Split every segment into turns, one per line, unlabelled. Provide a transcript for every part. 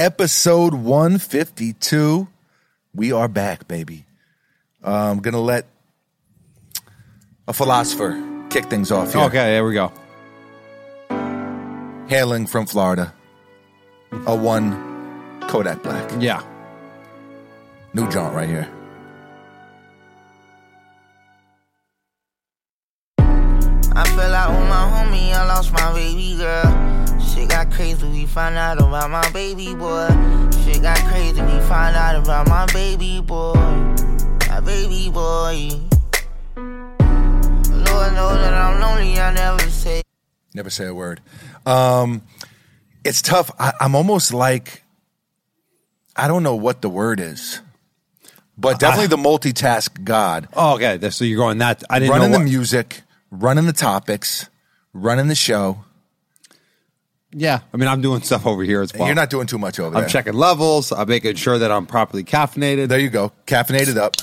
episode 152. We are back, baby. Uh, I'm going to let a philosopher kick things off here.
Okay, there we go.
Hailing from Florida, a one Kodak Black.
Yeah.
New jaunt right here.
I fell out with my homie, I lost my baby girl. Shit got crazy, we found out about my baby boy. Shit got crazy, we found out about my baby boy. My baby boy. Lord knows that I'm lonely, I never say.
Never say a word. Um, it's tough. I, I'm almost like I don't know what the word is, but definitely the multitask god.
Oh, okay. that's- So you're going that. I didn't
Running
know.
the
what-
music, running the topics, running the show.
yeah. I mean, I'm doing stuff over here as well.
You're not doing too much over
I'm
there.
checking levels. I'm making sure that I'm properly caffeinated.
There you go. Caffeinated up.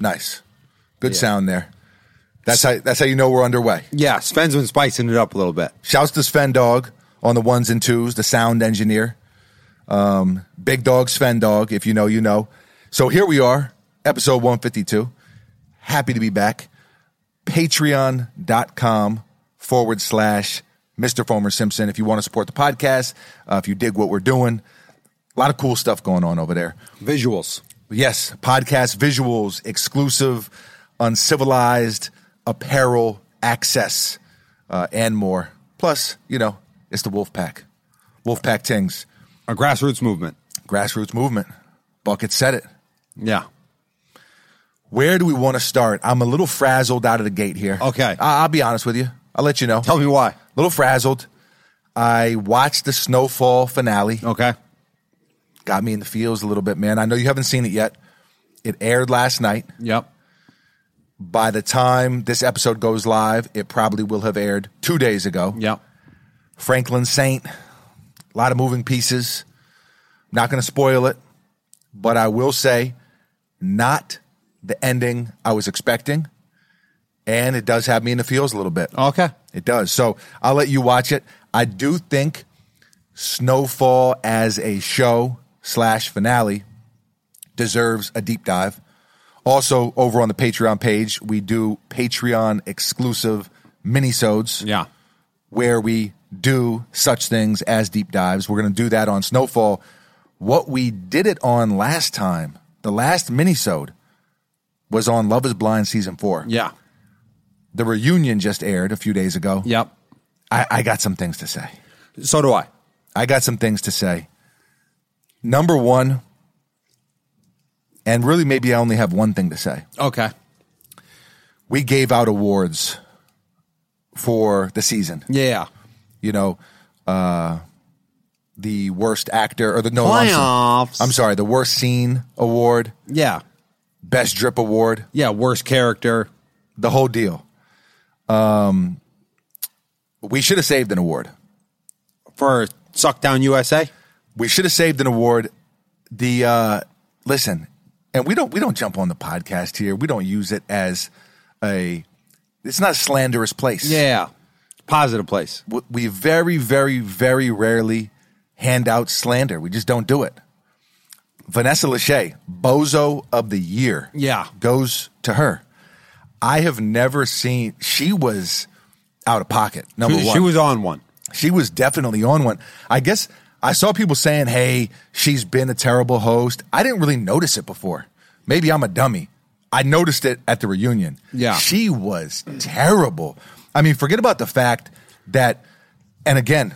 Nice. Good sound there. That's how that's how you know we're underway.
yeah. Sven's been spicing it up a little bit.
Shouts to Sven Dog on the ones and twos, the sound engineer. Um, Big Dog Sven Dog, if you know, you know. So here we are, episode 152. Happy to be back. Patreon.com forward slash Mr. Fomer Simpson. If you want to support the podcast, uh, if you dig what we're doing, a lot of cool stuff going on over there.
Visuals.
Yes, podcast visuals, exclusive, uncivilized apparel access, uh, and more. Plus, you know, it's the Wolfpack. Wolfpack Tings,
A grassroots movement.
grassroots movement. Bucket said it.
Yeah.
Where do we want to start? I'm a little frazzled out of the gate here.
Okay.
I- I'll be honest with you. I'll let you know.
Tell me why.
little frazzled. I watched the Snowfall finale.
Okay.
Got me in the feels a little bit, man. I know you haven't seen it yet. It aired last night.
Yep.
By the time this episode goes live, it probably will have aired two days ago.
Yep.
Franklin Saint, a lot of moving pieces. Not going to spoil it, but I will say, not the ending I was expecting. And it does have me in the feels a little bit.
Okay.
It does. So I'll let you watch it. I do think Snowfall as a show slash finale deserves a deep dive. Also, over on the Patreon page, we do Patreon exclusive minisodes
Yeah.
where we do such things as deep dives. We're going to do that on Snowfall. What we did it on last time, the last minisode, was on Love Is Blind season four.
Yeah.
The reunion just aired a few days ago.
Yep.
I, I got some things to say.
So do I.
I got some things to say. Number one, and really maybe I only have one thing to say.
Okay.
We gave out awards for the season.
Yeah.
You know, uh, the worst actor or the no I'm so-
Playoffs.
I'm sorry, the worst scene award,
Yeah.
best drip award,
Yeah. Worst character.
the whole deal. Um, we should have saved an award.
for Suckdown USA.
we should have saved an award. The uh, listen, and we don't we don't jump on the podcast here. We don't use it as a. It's not a slanderous place.
Yeah, positive place.
W- we very very very rarely hand out slander. We just don't do it. Vanessa Lachey, bozo of the year.
Yeah.
goes to her. I have never seen. She was out of pocket. Number
She,
one,
she was on one.
she was definitely on one. I guess I saw people saying, hey, she's been a terrible host. I didn't really notice it before. Maybe I'm a dummy. I noticed it at the reunion.
Yeah.
She was terrible. I mean, forget about the fact that, and again,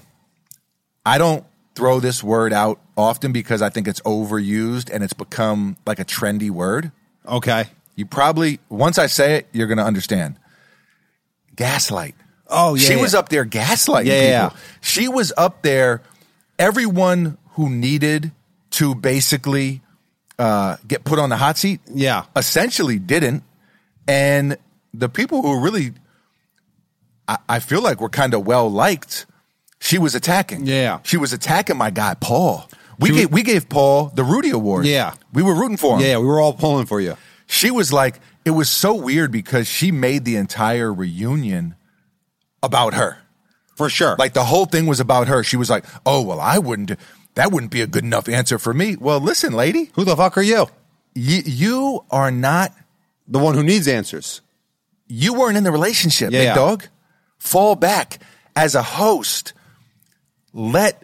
I don't throw this word out often because I think it's overused and it's become like a trendy word.
Okay.
You probably, once I say it, you're going to understand. Gaslight.
Oh, yeah,
She
yeah.
was up there gaslighting
Yeah, yeah,
people. She was up there. Everyone who needed to basically uh, get put on the hot seat,
Yeah.
essentially didn't. And the people who really, I, I feel like were kind of well liked, she was attacking.
Yeah.
She was attacking my guy, Paul. We,
She was-
gave, we gave Paul the Rudy Award.
Yeah.
We were rooting for him
Yeah, we were all pulling for you.
she was like it was so weird because she made the entire reunion about her
For sure.
like the whole thing was about her she was like oh well i wouldn't do-" That wouldn't be a good enough answer for me. Well, listen, lady,
Who the fuck are you?
you, you are not,
The one who needs answers.
you weren't in the relationship,
Yeah,
big
yeah.
dog. Fall back as a host. Let,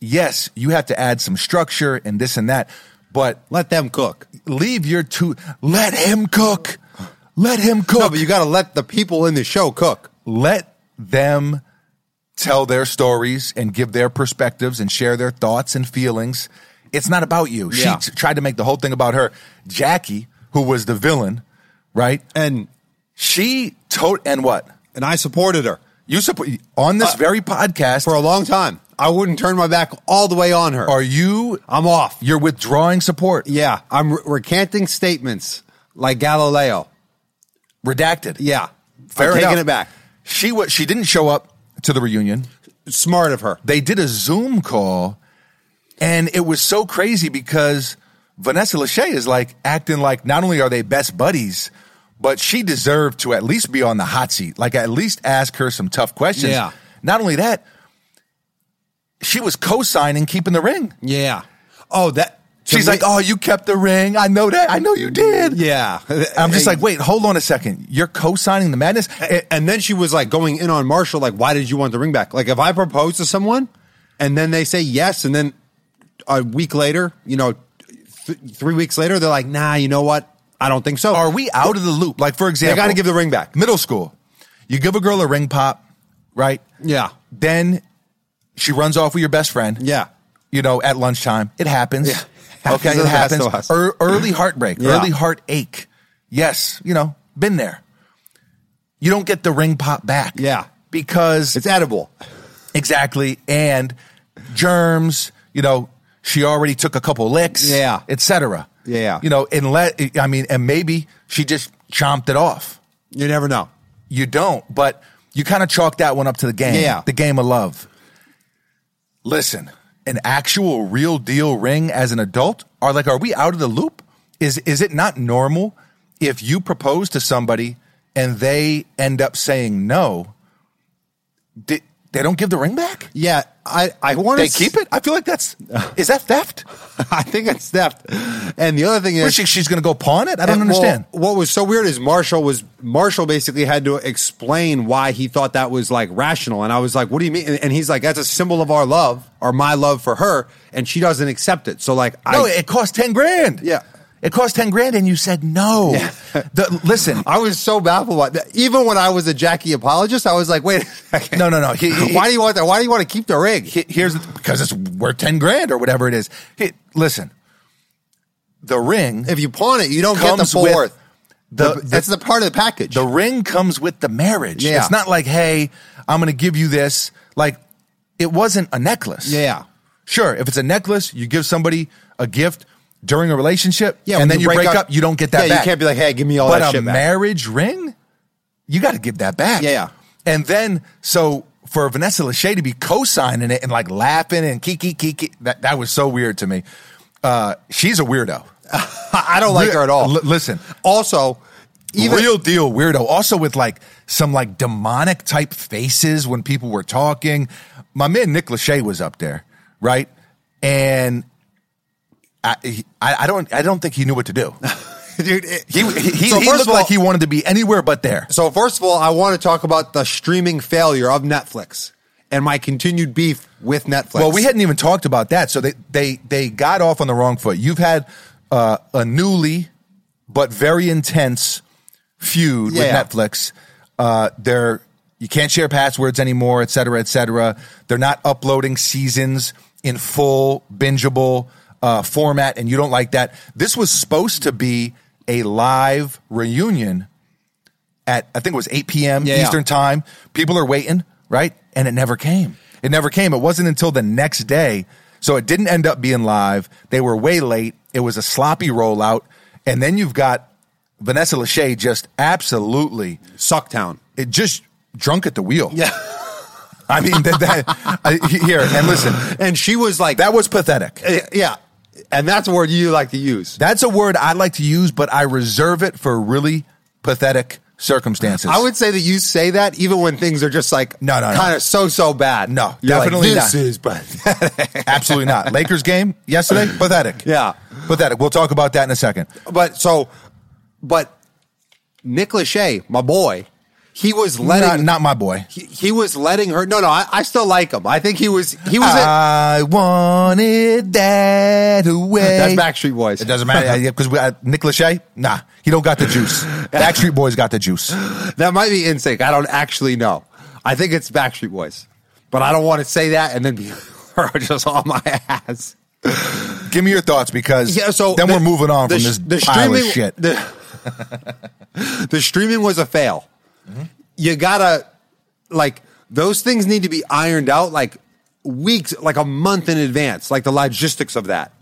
yes, you have to add some structure and this and that, but
Let them cook.
leave your two, let him cook. Let him cook.
No, but you got to let the people in the show cook.
let them tell their stories and give their perspectives and share their thoughts and feelings. It's not about you.
Yeah.
She t- tried to make the whole thing about her. Jackie, who was the villain, right?
And
She told and what
and I supported her
you support on this
Uh,
very podcast.
for a long time. I wouldn't turn my back all the way on her.
are you
I'm off.
you're withdrawing support?
Yeah, I'm re- recanting statements like Galileo.
Redacted.
Yeah,
Fair
I'm
enough.
taking it back.
She was. She didn't show up to the reunion.
Smart of her.
they did a Zoom call, and it was so crazy because Vanessa Lachey is like acting like not only are they best buddies, but she deserved to at least be on the hot seat. Like at least ask her some tough questions.
Yeah.
Not only that, she was co-signing keeping the ring.
Yeah. Oh, that to
She's
me-
like, "Oh, you kept the ring. I know that. I know you did."
yeah.
I'm just like, "Wait, hold on a second. You're co-signing the madness." Eh,
A- and then she was like going in on Marshall, like, why did you want the ring back? Like, if I propose to someone and then they say yes, and then a week later, you know, th- three weeks later, they're like, nah, you know what? I don't think so.
Are we out of the loop? Like for example,
they got to give the ring back.
middle school. You give a girl a ring pop, right?
Yeah.
then she runs off with your best friend.
Yeah.
You know, at lunchtime. It happens. Okay,
Happens to
it
the best
happens.
of us.
Ear- early heartbreak,
Yeah.
early heartache. Yes, you know, been there. You don't get the ring pop back.
Yeah.
Because
It's edible.
exactly and germs, you know, she already took a couple licks.
Yeah.
Etc.
Yeah.
You know, unless I mean, and maybe she just chomped it off.
You never know.
You don't, but you kind of chalk that one up to the game.
Yeah.
The game of love. Listen, an actual real deal ring as an adult are like, are we out of the loop? Is is it not normal if you propose to somebody and they end up saying no? Did, they don't give the ring back?
Yeah. I, I want
They keep it? I feel like that's is that theft?
I think it's theft. And the other thing
Or
is,
she, she's gonna go pawn it? I don't
And, Uh, well,
understand.
what was so weird is Marshall was Marshall basically had to explain why he thought that was like rational, and I was like, "What do you mean?" And, and he's like, "That's a symbol of our love, or my love for her," and she doesn't accept it. So like,
no,
I
it cost ten grand.
Yeah.
It cost ten grand and you said no. The- listen,
I was so baffled by that. Even when I was a Jackie apologist, I was like, "Wait, a second.
No, no, no. He- he-
why do you want that? Why do you want to keep the rig?"
he- here's the- because it's worth 10 grand or whatever it is. He- listen, the ring,
if you pawn it, you don't get the
Comes
full
with
worth.
the,
The- that's the part of the package.
the ring comes with the marriage.
Yeah.
It's not like, hey, I'm going to give you this. Like, it wasn't a necklace.
yeah,
Sure. If it's a necklace, you give somebody a gift during a relationship
yeah. when
and then you break, up, you don't get that
Yeah,
back.
you can't be like, "Hey, give me all
but
that
a
shit back."
marriage ring, you got to give that back.
Yeah, yeah.
And then so for Vanessa Lachey to be co-signing it and like laughing and kiki kiki, that that was so weird to me. Uh, she's a weirdo.
I don't like her at all.
Li- listen,
also, even
real deal weirdo. Also with like some like demonic type faces when people were talking. My man Nick Lachey was up there, right? And I, he- I I don't I don't think he knew what to do.
dude. It,
He he, he,
So
he
first
looked
of all-
like he wanted to be anywhere but there.
so first of all, I want to talk about the streaming failure of Netflix and my continued beef with Netflix.
Well, we hadn't even talked about that, so they they they got off on the wrong foot. You've had uh, a newly but very intense feud
Yeah.
with Netflix. Uh, they're you can't share passwords anymore, et cetera, et cetera. They're not uploading seasons in full bingeable uh, format, and you don't like that. This was supposed to be a live reunion at I think it was 8 p.m.
Yeah, yeah.
Eastern time. People are waiting, right? And it never came. It never came. It wasn't until the next day. So it didn't end up being live. They were way late. It was a sloppy rollout. And then you've got Vanessa Lachey just absolutely
Sucktown.
it just drunk at the wheel.
Yeah,
I mean that, that I, here and listen,
and she was like,
that was pathetic.
yeah, and that's a word you like to use.
That's a word I like to use, but I reserve it for really pathetic circumstances.
I would say that you say that even when things are just like
No, no, no.
kind of so so bad.
No,
You're like,
definitely not.
this is bad.
absolutely not. Lakers game yesterday, pathetic.
yeah,
Pathetic. We'll talk about that in a second.
but so, but Nick Lachey, my boy, he was letting
not, not my boy.
he, he was letting her. No, no, I, I still like him. I think he was he was. a-
I wanted that away.
that's Backstreet Boys.
It doesn't matter because we uh, Nick Lachey. Nah, he don't got the juice. Backstreet Boys got the juice.
That might be NSYNC. I don't actually know. I think it's Backstreet Boys, but I don't want to say that and then be her just on my ass.
Give me your thoughts because
Yeah, so
then
the-
we're moving on
the
from
sh-
this
the
pile of
streaming-
shit.
The, the Mm-hmm. streaming was a fail. You gotta like those things need to be ironed out like weeks, like a month in advance, like the logistics of that.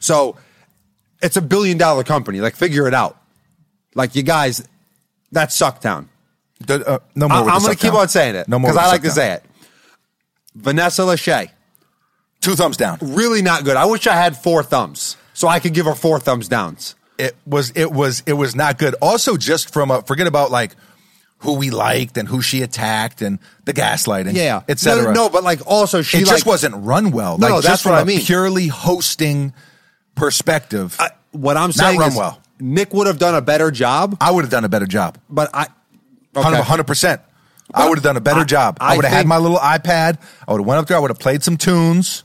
So it's a billion dollar company. Like figure it out. Like you guys, that's Sucktown.
The- uh, no more.
I,
with the
I'm going
suck
to keep
down.
on saying it
No more
because
with
I
the
like to
suck down.
say it. Vanessa Lachey,
Two thumbs down.
really not good. I wish I had four thumbs so I could give her four thumbs downs.
it was it was it was not good. Also, just from a forget about like who we liked and who she attacked and the gaslighting, etc.
No, no, but like also she
it
like,
just wasn't run well.
No,
like,
no,
just
that's
from
what
a
I mean.
Purely hosting perspective,
I-
I,
what I'm
Not
saying
run
is
well.
Nick would have done a better job,
would have done a better job.
but I
Hundred-
okay.
hundred percent. I would have done a better
I-
job. I,
I
would have had
think-
my little iPad. I would have went up there. I would have played some tunes.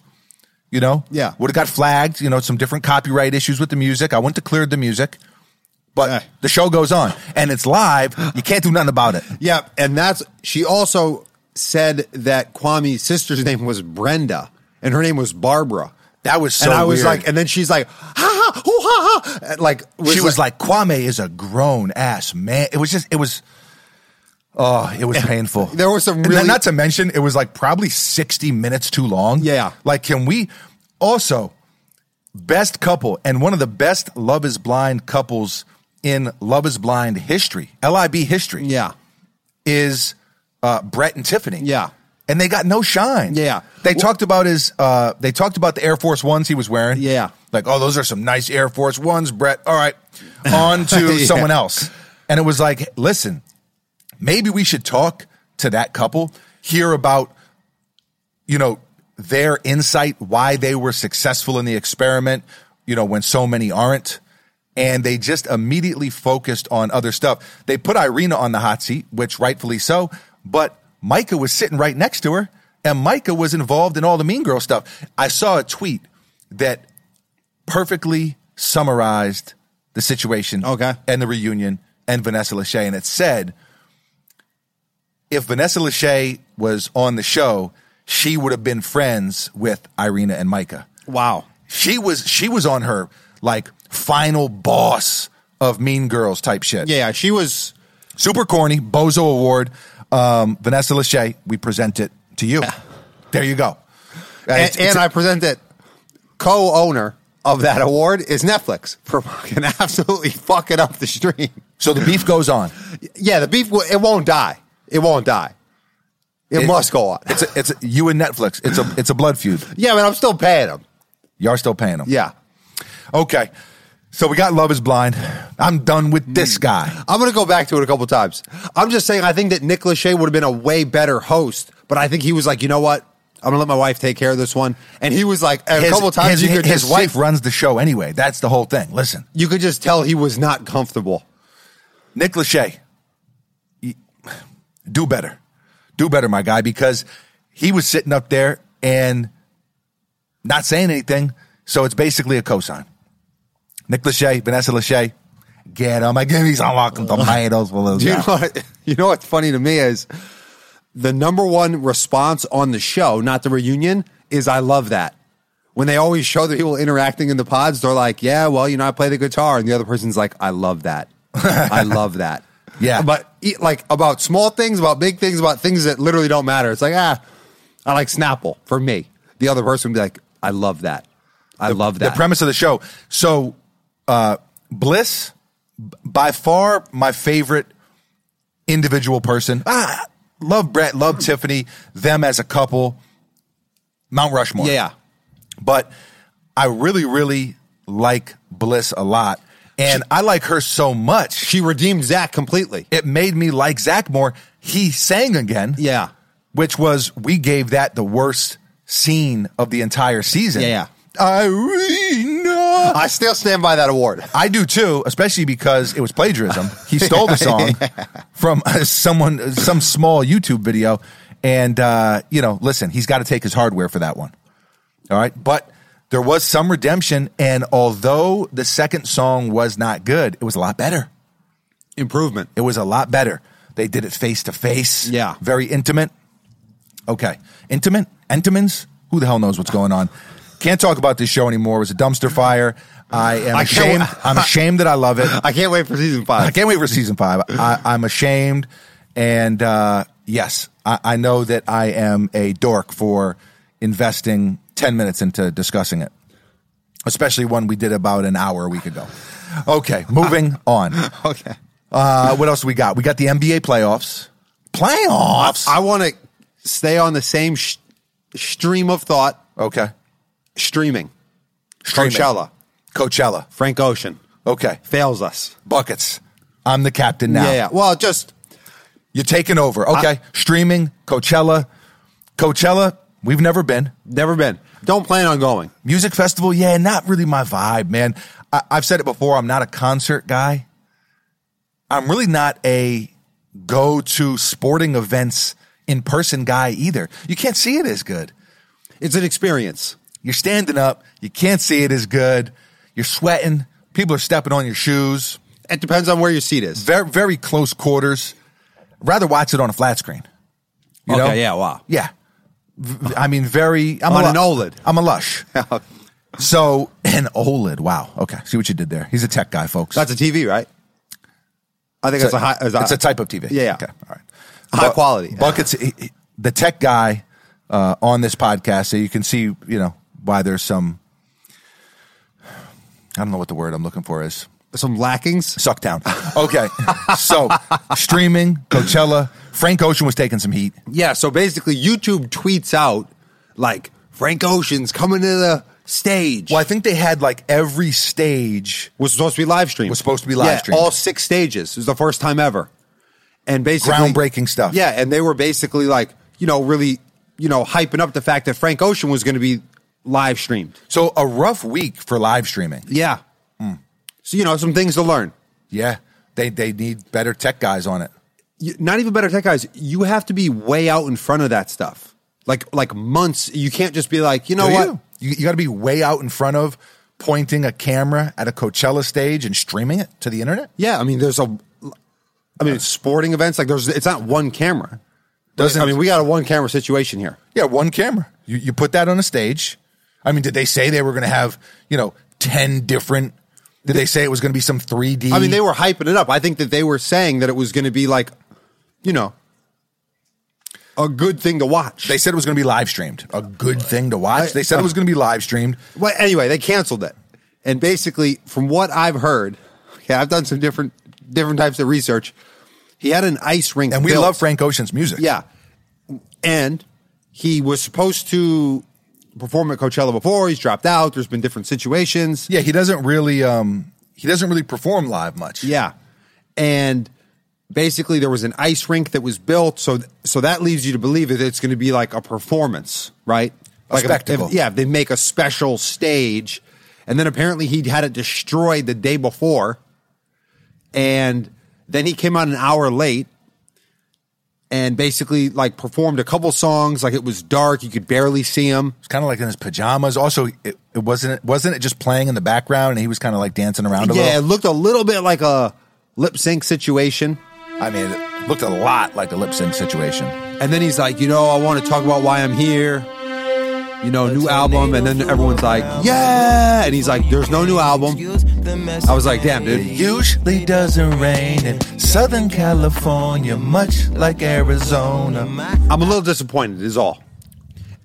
You know,
Yeah.
Would have got flagged. You know, some different copyright issues with the music. I wouldn't have cleared the music. But
Eh.
the show goes on and it's live. You can't do nothing about it.
Yeah, and that's she also said that Kwame's sister's name was Brenda and her name was Barbara.
That was so.
and I was
weird.
like, and then she's like, ha ha, hoo, ha ha, and, like
she was like, Kwame is a grown ass man. It was just, it was, oh, it was painful.
There was some
And then
really-
not to mention, it was like probably sixty minutes too long.
Yeah.
like can we also best couple and one of the best Love Is Blind couples in Love Is Blind history, LIB history,
yeah,
is uh, Brett and Tiffany.
Yeah.
And they got no shine.
Yeah.
They
Well-
talked about his uh they talked about the Air Force Ones he was wearing.
Yeah.
Like, oh, those are some nice Air Force Ones, Brett. All right. On to
Yeah.
someone else. And it was like, listen, maybe we should talk to that couple, hear about, you know, their insight, why they were successful in the experiment, you know, when so many aren't. And they just immediately focused on other stuff. They put Irina on the hot seat, which rightfully so, but Micah was sitting right next to her, and Micah was involved in all the mean girl stuff. I saw a tweet that perfectly summarized the situation
Okay.
and the reunion and Vanessa Lachey. And it said, if Vanessa Lachey was on the show, she would have been friends with Irina and Micah.
wow,
She was she was on her like final boss of Mean Girls type shit.
yeah, she was.
Super corny, Bozo Award. Um, Vanessa Lachey, we present it to you. There you go.
and, and I present it. Co-owner of that award is Netflix for fucking absolutely fucking up the stream.
so the beef goes on.
Yeah, the beef wi- it won't die. It won't die. It,
It-
must go on.
It's a, it's a, you and Netflix. It's a it's a blood feud.
Yeah, but I'm still paying them.
Y'all still paying them.
Yeah,
Okay. So we got Love Is Blind. I'm done with
Hmm.
this guy.
I'm gonna go back to it a couple times. I'm just saying I think that Nick Lachey would have been a way better host, but I think he was like, you know what? I'm gonna let my wife take care of this one. And he was like, a couple times
his,
you could
his
just
wife
see-
runs the show anyway. That's the whole thing. Listen,
you could just tell he was not comfortable.
Nick Lachey, y- do better, do better, my guy, because he was sitting up there and not saying anything. So it's basically a cosign. Nick Lachey, Vanessa Lachey, get him. I give me some fucking tomatoes for those
Do you
guys.
know what? You know what's funny to me is the number one response on the show, not the reunion, is I love that. When they always show the people interacting in the pods, they're like, "Yeah, well, you know, I play the guitar," and the other person's like, "I love that. I love that."
Yeah.
but e- like about small things, about big things, about things that literally don't matter. It's like, ah, I like Snapple for me. The other person would be like, "I love that. I love that."
The premise of the show. So, uh, Bliss, b- by far my favorite individual person. Ah, love Brett, love Tiffany, them as a couple. Mount Rushmore.
yeah,
But I really, really like Bliss a lot. And I like her so much.
She redeemed Zach completely.
It made me like Zach more. He sang again.
Yeah.
Which was, we gave that the worst scene of the entire season.
Yeah, yeah.
Irina.
I still stand by that award.
I do too, especially because it was plagiarism. He stole the song from uh, someone, some small YouTube video. And, uh, you know, listen, he's got to take his hardware for that one. All right. But there was some redemption. And although the second song was not good, it was a lot better.
Improvement.
It was a lot better. They did it face to face.
Yeah.
Very intimate. Okay. Intimate? Intimins? Who the hell knows what's going on? Can't talk about this show anymore. It was a dumpster fire. I am
I can't-
ashamed. I'm ashamed that I love it.
I can't wait for season five.
I can't wait for season five. I, I'm ashamed. And uh, yes, I, I know that I am a dork for investing 10 minutes into discussing it, especially one we did about an hour a week ago. Okay, moving on.
Okay.
Uh, what else we got? We got the NBA playoffs. Playoffs?
I want to stay on the same sh- stream of thought.
Okay.
Streaming.
Streaming.
Coachella.
Coachella.
Frank Ocean
Okay.
fails us.
Buckets. I'm the captain now.
Yeah, yeah. Well, just
You're taking over. Okay. Streaming, Coachella. Coachella, we've never been.
never been. Don't plan on going.
Music festival, yeah, not really my vibe, man. I, I've said it before, I'm not a concert guy. I'm really not a go to sporting events in person guy either. You can't see it as good.
It's an experience.
You're standing up, you can't see it as good. You're sweating, people are stepping on your shoes.
It depends on where your seat is.
Very, very close quarters. Rather watch it on a flat screen. You know?
wow.
Yeah. V- I mean, very. I'm
On
a,
an E OLED.
I'm a lush. so, an OLED. Wow. Okay. See what you did there. He's a tech guy, folks.
That's a TV, right? I think it's, a, high. It's a,
it's a type of TV.
Yeah, yeah.
Okay. All right.
High quality.
Buckets. he- he- the tech guy uh, on this podcast, so you can see, you know, why there's some. I don't know what the word I'm looking for is.
Some lackings.
Suck down. Okay. so, streaming, Coachella. Frank Ocean was taking some heat.
Yeah. So basically, YouTube tweets out like Frank Ocean's coming to the stage.
Well, I think they had like every stage
was supposed to be live streamed.
Was supposed to be live
Yeah,
streamed.
All six stages. It was the first time ever. And basically
Groundbreaking stuff.
Yeah, and they were basically like, you know, really, you know, hyping up the fact that Frank Ocean was going to be live streamed.
So a rough week for live streaming.
Yeah. So you know, some things to learn.
Yeah, they they need better tech guys on it.
You- Not even better tech guys. You have to be way out in front of that stuff. Like like months. You can't just be like, you know
Do
what?
you? You, got to be way out in front of pointing a camera at a Coachella stage and streaming it to the internet.
Yeah, I mean, there's a. I mean, sporting events like there's. It's not one camera.
Doesn't
I mean, we got a one camera situation here.
yeah, one camera. You you put that on a stage. I mean, did they say they were going to have you know ten different? Did they say it was going to be some three D?
I mean, they were hyping it up. I think that they were saying that it was going to be like, you know, a good thing to watch.
they said it was going to be live streamed. A good thing to watch. They said it was going to be live streamed.
well, anyway, they canceled it, and basically, from what I've heard, okay, I've done some different different types of research. He had an ice rink,
And we
built.
love Frank Ocean's music.
yeah, and he was supposed to perform at Coachella before. He's dropped out. There's been different situations.
yeah. He doesn't really um he doesn't really perform live much.
Yeah. And basically there was an ice rink that was built so so that leads you to believe that it's going to be like a performance, right?
A
like if-
spectacle.
If, yeah, if they make a special stage and then apparently he'd had it destroyed the day before and then he came out an hour late and basically like performed a couple songs like it was dark, you could barely see him.
It's kind of like in his pajamas. Also, it, it wasn't wasn't it just playing in the background, and he was kind of like dancing around a
yeah, it
little.
looked a little bit like a lip sync situation.
I mean, it looked a lot like a lip sync situation.
And then he's like, you know, I want to talk about why I'm here. You know, new album. And then everyone's like, yeah. And he's like, there's no new album. I was like, damn, dude.
Usually doesn't rain in Southern California, much like Arizona.
I'm a little disappointed, is all.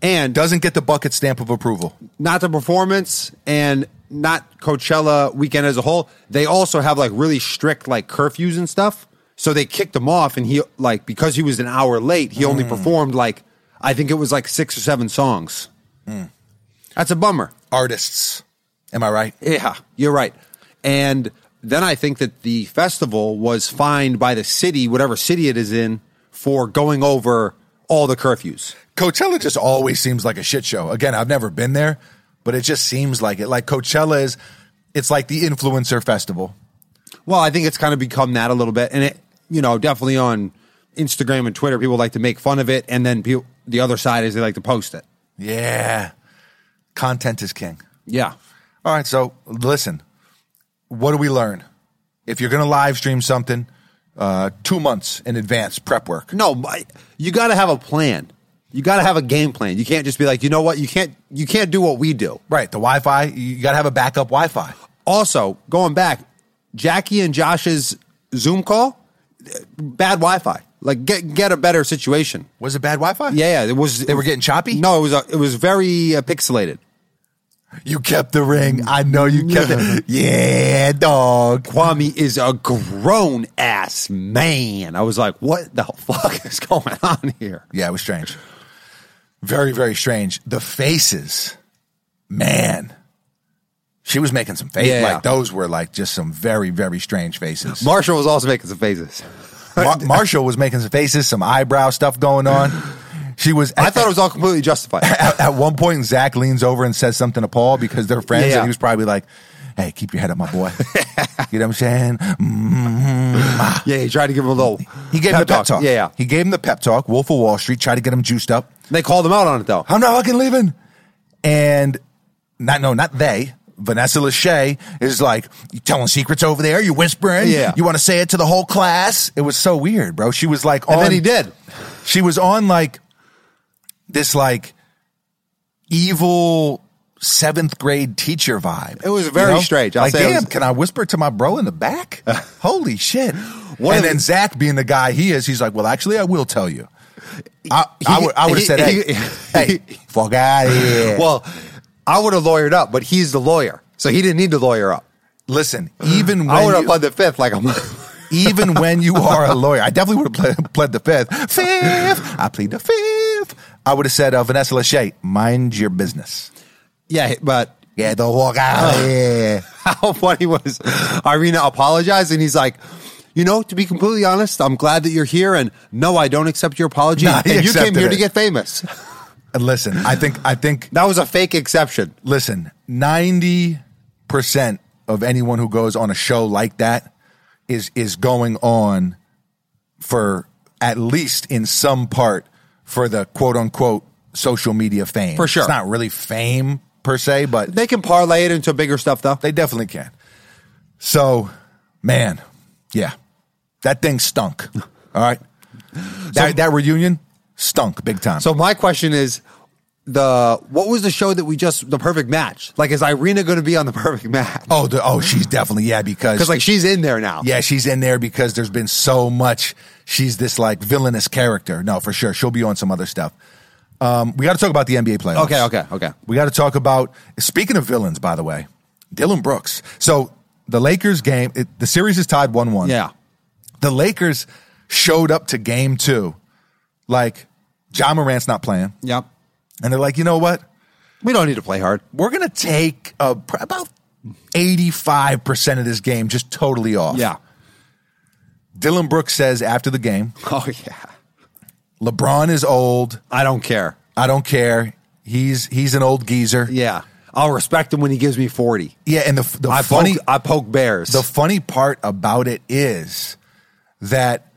And
Doesn't get the bucket stamp of approval.
not the performance and not Coachella weekend as a whole. They also have like really strict like curfews and stuff. So they kicked him off. And he, like, because he was an hour late, he only performed like, I think it was like six or seven songs. That's a bummer.
Artists, am I right?
Yeah, you're right. And then I think that the festival was fined by the city, whatever city it is in, for going over all the curfews.
Coachella just always seems like a shit show. Again, I've never been there, but it just seems like it. Like Coachella is, it's like the influencer festival.
Well, I think it's kind of become that a little bit, and it, you know, definitely on Instagram and Twitter, people like to make fun of it, and then people, the other side is they like to post it.
Yeah, content is king.
Yeah,
All right, so listen, what do we learn? If you're going to live stream something, uh, two months in advance prep work.
no, I- you got to have a plan. You got to have a game plan. You can't just be like, you know what, you can't, you can't do what we do.
Right, the Wi-Fi. You got to have a backup Wi-Fi.
Also, going back, Jackie and Josh's Zoom call, bad Wi-Fi. Like get get a better situation.
Was it bad Wi-Fi?
Yeah, yeah, it was.
They were getting choppy?
No, it was uh, it was very uh, pixelated.
You kept the ring. I know you kept it. Yeah, dog.
Kwame is a grown ass man. I was like, what the fuck is going on here?
Yeah, it was strange. Very, very strange. The faces, man. She was making some faces.
Yeah.
Like those were like just some very, very strange faces.
Marshall was also making some faces.
Mar- Marshall was making some faces, some eyebrow stuff going on. She was.
I thought it was all completely justified.
at, at one point, Zach leans over and says something to Paul because they're friends,
Yeah.
and he was probably like, "Hey, keep your head up, my boy." you know what I'm saying? Mm-hmm.
yeah, he tried to give him a little.
He gave him the pep talk.
Yeah, yeah.
He gave him the pep talk. Wolf of Wall Street tried to get him juiced up.
They called him out on it though.
I'm not fucking leaving. And not no, not they. Vanessa Lachey is like, you telling secrets over there, you whispering,
Yeah.
you want to say it to the whole class. It was so weird, bro. She was like on
And then he did.
she was on like this like evil seventh grade teacher vibe.
It was very strange. I'll
like,
say it
damn,
was-
can I whisper to my bro in the back? Holy shit.
One
and
of
then
the-
Zach being the guy he is, he's like, well, actually, I will tell you. I, I
he-
would, I would have
he-
said, hey,
he-
hey, fuck out of here.
Well, I would have lawyered up, but he's the lawyer, so he didn't need to lawyer up.
Listen, even
I would
when
have
you,
pled the fifth, like I'm.
even when you are a lawyer, I definitely would have pled, pled the fifth. Fifth, I plead the fifth. I would have said, uh, Vanessa Lachey, mind your business.
yeah, but
Yeah, don't walk out. Yeah.
how funny was Irina apologized, and he's like. You know, to be completely honest, I'm glad that you're here, and no, I don't accept your apology.
Nah, he
and you came
accepted
here
it.
to get famous.
And listen, I think I think
That was a fake exception.
listen, 90% of anyone who goes on a show like that is is going on for at least in some part for the quote unquote social media fame.
For sure.
It's not really fame per se, but
They can parlay it into bigger stuff, though.
They definitely can. So, man, yeah, that thing stunk. All right, that, that reunion stunk big time.
So my question is, the what was the show that we just the perfect match? Like, is Irina going to be on the perfect match?
oh, the, oh, she's definitely yeah because
Because like she's in there now.
yeah she's in there because there's been so much. She's this like villainous character. No, for sure, she'll be on some other stuff. Um, we got to talk about the NBA playoffs.
Okay. Okay. Okay.
We got to talk about speaking of villains, by the way, Dylan Brooks. So the Lakers game, it, the series is tied one-one.
Yeah.
the Lakers showed up to game two, like John Morant's not playing.
Yep.
And they're like, you know what?
We don't need to play hard.
We're going to take uh, pr- about 85% of this game just totally off. Dylan Brooks says after the game,
Oh yeah.
LeBron is old.
I don't care.
I don't care. He's he's an old geezer.
Yeah. I'll respect him when he gives me forty.
Yeah, and the, the
I
funny
poke, I poke bears.
The funny part about it is that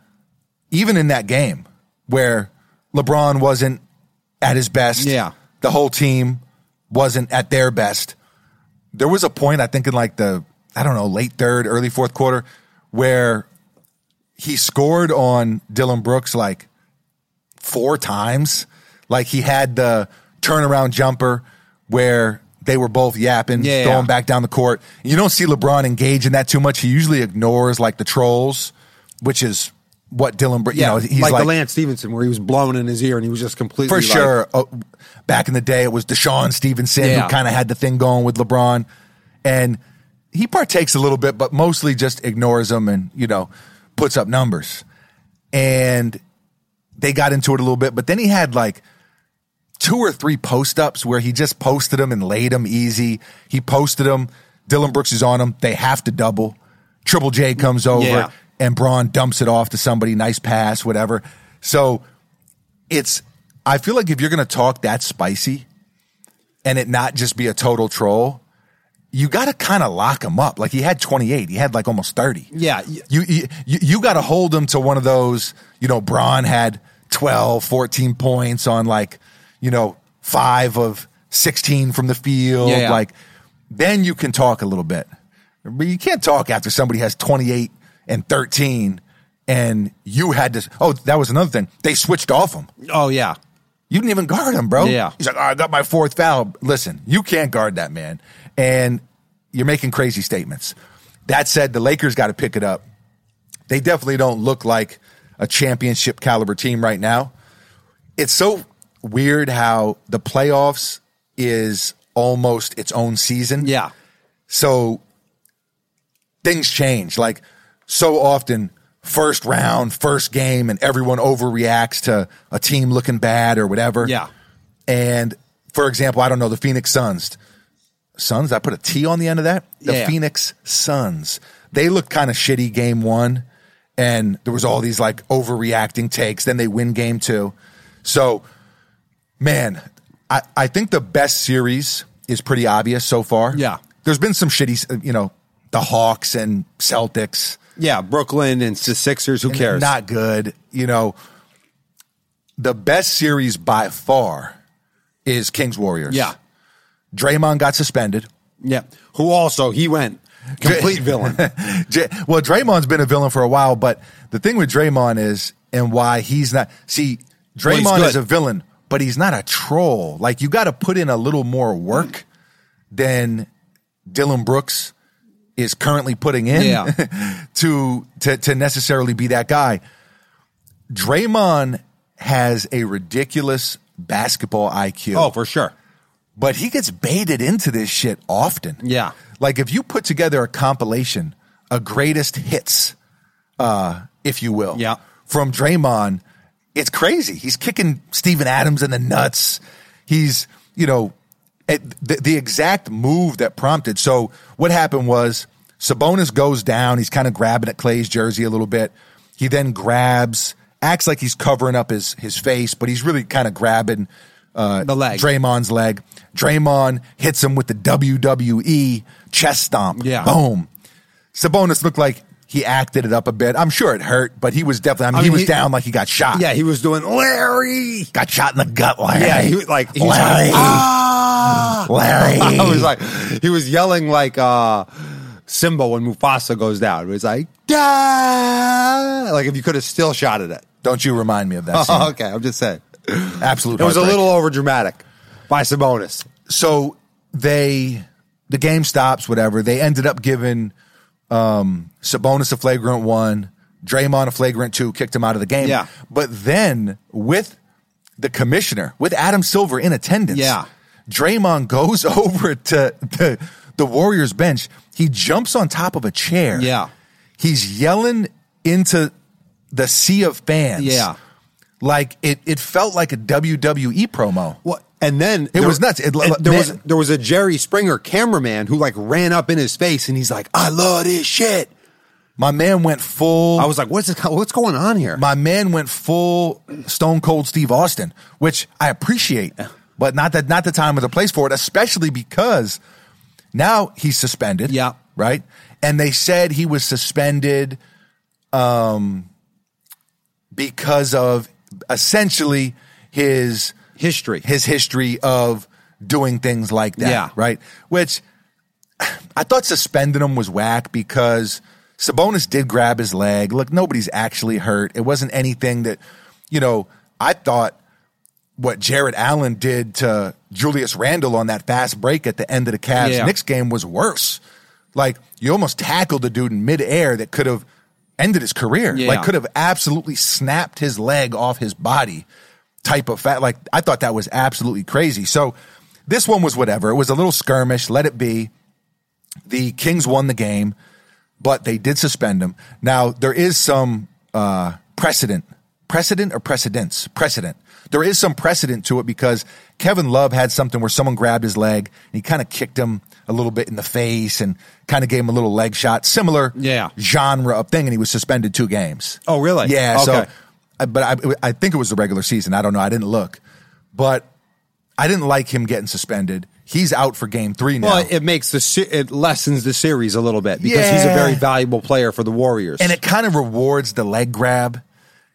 even in that game where LeBron wasn't at his best,
Yeah.
the whole team wasn't at their best. There was a point, I think, in like the, I don't know, late third, early fourth quarter, where he scored on Dylan Brooks like four times. Like he had the turnaround jumper where they were both yapping,
Yeah,
going
yeah.
back down the court. You don't see LeBron engage in that too much. He usually ignores like the trolls, which is what Dylan. Br- you
yeah,
know, he's
like,
like,
the Lance Stevenson where he was blowing in his ear and he was just completely
for
like-
sure. uh, back in the day, it was Deshaun Stevenson
Yeah.
who kind of had the thing going with LeBron, and he partakes a little bit, but mostly just ignores him and you know puts up numbers. And they got into it a little bit, but then he had like two or three post ups where he just posted them and laid them easy. He posted them. Dylan Brooks is on him. They have to double. Triple J comes over
Yeah.
and Braun dumps it off to somebody, nice pass, whatever. So it's I feel like if you're gonna talk that spicy and it not just be a total troll, you got to kind of lock him up. Like he had 28, he had like almost 30.
Yeah.
You you, you, you got to hold him to one of those, you know, Braun had 12, 14 points on like, you know, 5 of 16 from the field.
Yeah, yeah.
Like then you can talk a little bit. But you can't talk after somebody has 28 and 13 and you had to Oh, that was another thing. They switched off him.
Oh yeah.
You didn't even guard him, bro.
Yeah.
He's like, "Oh, I got my fourth foul. Listen, you can't guard that man. And you're making crazy statements. That said, the Lakers got to pick it up. They definitely don't look like a championship caliber team right now. It's so weird how the playoffs is almost its own season.
Yeah.
So things change. Like so often, first round, first game, and everyone overreacts to a team looking bad or whatever.
Yeah.
And for example, I don't know, the Phoenix Suns. Suns, I put a T on the end of that. The
Yeah.
Phoenix Suns. They looked kind of shitty game one, and there was all these like overreacting takes. Then they win game two. So, man, I, I think the best series is pretty obvious so far.
Yeah.
There's been some shitty, you know, the Hawks and Celtics
Yeah. Brooklyn and the Sixers. Who cares?
not good. You know, the best series by far is Kings Warriors.
yeah.
Draymond got suspended.
Yeah. Who also he went complete villain.
J- well, Draymond's been a villain for a while, but the thing with Draymond is and why he's not. See,
he's
Draymond
good.
is a villain, but he's not a troll. Like you got to put in a little more work than Dylan Brooks is currently putting in
Yeah.
to, to to necessarily be that guy. Draymond has a ridiculous basketball IQ
Oh, for sure.
but he gets baited into this shit often.
Yeah.
Like if you put together a compilation, a greatest hits, uh, if you will,
Yeah.
from Draymond, it's crazy. He's kicking Steven Adams in the nuts. He's, you know, at the, the exact move that prompted. So what happened was Sabonis goes down. He's kind of grabbing at Clay's jersey a little bit. He then grabs, acts like he's covering up his his face, but he's really kind of grabbing uh,
The leg.
Draymond's leg. Draymond hits him with the WWE chest stomp.
Yeah.
Boom. Sabonis looked like he acted it up a bit. I'm sure it hurt, but he was definitely, I mean,
I
he
mean,
was
he-
down like he got shot.
Yeah, he was doing Larry.
Got shot in the gut, Larry.
Yeah, he was like he was
Larry.
like, ah!
Larry.
I was like he was yelling like uh Simba when Mufasa goes down. He was like, "Dah!" like if you could have still shot at it.
Don't you remind me of that scene.
okay, I'm just saying.
Absolute
It was a
heartbreak.
little over dramatic by Sabonis.
so they the game stops whatever they ended up giving um Sabonis a flagrant one Draymond a flagrant two kicked him out of the game
Yeah.
but then with the commissioner with Adam Silver in attendance
Yeah.
Draymond goes over to the the Warriors bench he jumps on top of a chair
Yeah.
he's yelling into the sea of fans
Yeah.
like it it felt like a WWE promo
What? And then it
was nuts. It-
there
man-
was there was a Jerry Springer cameraman who like ran up in his face and he's like, "I love this shit."
my man went full
I was like, "What's this, what's going on here?"
my man went full Stone Cold Steve Austin, which I appreciate, but not that not the time or the place for it, especially because now he's suspended.
Yeah.
Right? And they said he was suspended um because of essentially his
History.
his history of doing things like that.
Yeah.
Right. Which I thought suspending him was whack because Sabonis did grab his leg. Look, nobody's actually hurt. It wasn't anything that, you know, I thought what Jared Allen did to Julius Randle on that fast break at the end of the Cavs
Yeah.
Knicks game was worse. Like you almost tackled the dude in midair that could have ended his career.
Yeah.
Like could have absolutely snapped his leg off his body type of fat. Like I thought that was absolutely crazy. So this one was whatever. It was a little skirmish. Let it be. The Kings won the game, but they did suspend him. Now there is some uh, precedent, precedent or precedence, precedent. There is some precedent to it because Kevin Love had something where someone grabbed his leg and he kind of kicked him a little bit in the face and kind of gave him a little leg shot, similar
Yeah.
genre of thing, and he was suspended two games.
Oh, really?
Yeah. So, I-
Okay.
but I, I think it was the regular season. I don't know. I didn't look, but I didn't like him getting suspended. He's out for game three now.
Well, it makes the se- it lessens the series a little bit because he's a
Yeah.
very valuable player for the Warriors.
and it kind of rewards the leg grab,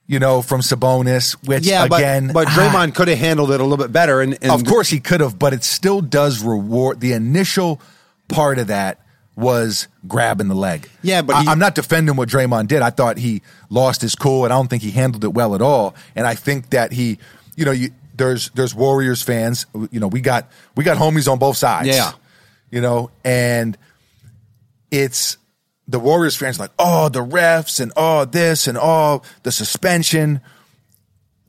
you know, from Sabonis, which
yeah, but-
again, ah,
but, Draymond could have handled it a little bit better. And, and
of course he could have, but it still does reward the initial part of that was grabbing the leg.
Yeah, but
I,
he-
I'm not defending what Draymond did. I thought he lost his cool, and I don't think he handled it well at all. And I think that he, you know, you, there's there's Warriors fans. You know, we got we got homies on both sides.
Yeah.
you know, and it's the Warriors fans like, oh, the refs and all this and all the suspension.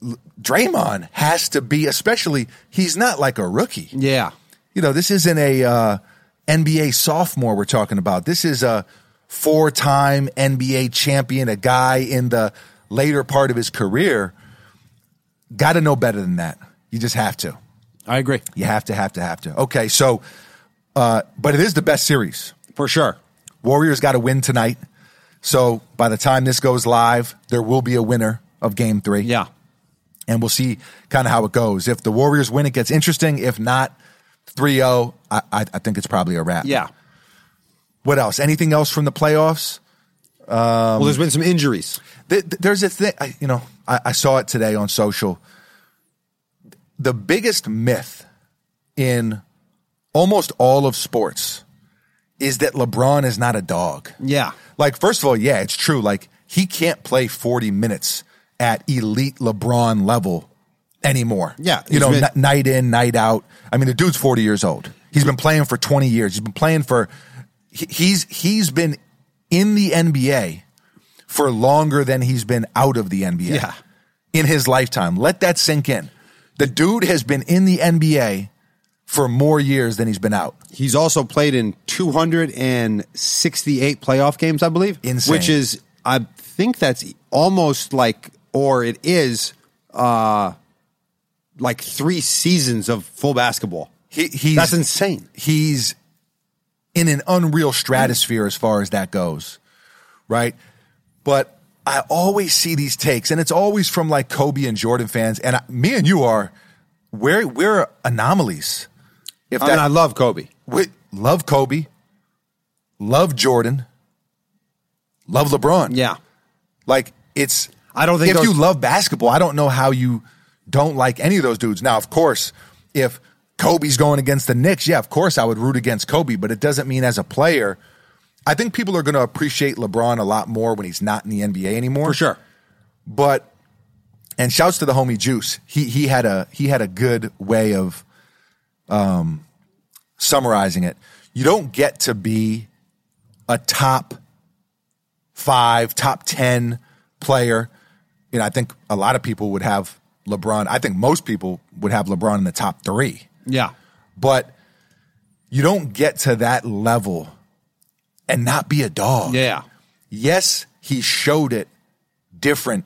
L- Draymond has to be, especially he's not like a rookie.
yeah,
You know, this isn't a uh, NBA sophomore we're talking about. This is a four-time NBA champion, a guy in the later part of his career. Got to know better than that. You just have to.
I agree
You have to, have to, have to. Okay, so, uh, but it is the best series.
for sure.
Warriors got to win tonight. So by the time this goes live, there will be a winner of game three.
Yeah,
And we'll see kind of how it goes. If the Warriors win, it gets interesting. If not, 3 0, I, I, I think it's probably a wrap.
yeah.
What else? Anything else from the playoffs?
well, there's been some injuries.
Th- th- There's a thing, I, you know, I, I saw it today on social. The biggest myth in almost all of sports is that LeBron is not a dog.
Yeah,
Like, first of all, yeah, it's true. Like, he can't play 40 minutes at elite LeBron level anymore.
Yeah,
You
he's
know,
been-
n- night in, night out. I mean, the dude's 40 years old. He's been playing for 20 years. He's been playing for, he- he's, he's been in the NBA for longer than he's been out of the NBA
Yeah.
in his lifetime. Let that sink in. The dude has been in the NBA for more years than he's been out.
he's also played in 268 playoff games, I believe.
Insane.
Which is, I think that's almost like, or it is, uh, like three seasons of full basketball.
He, he's
That's insane.
He's in an unreal stratosphere as far as that goes, right? But I always see these takes, and it's always from like Kobe and Jordan fans, and I, me and you are we're we're anomalies. If
I mean, I love Kobe.
we love Kobe, love Jordan, love LeBron,
Yeah.
like it's
I don't think
if
those-
you love basketball, I don't know how you don't like any of those dudes. Now, of course, if Kobe's going against the Knicks, yeah, of course I would root against Kobe, but it doesn't mean as a player. I think people are going to appreciate LeBron a lot more when he's not in the NBA anymore.
For sure.
But and shouts to the homie Juice. He he had a he had a good way of um summarizing it. You don't get to be a top five, top 10 player. You know, I think a lot of people would have LeBron. I think most people would have LeBron in the top three,
Yeah.
but you don't get to that level and not be a dog.
Yeah.
Yes, he showed it different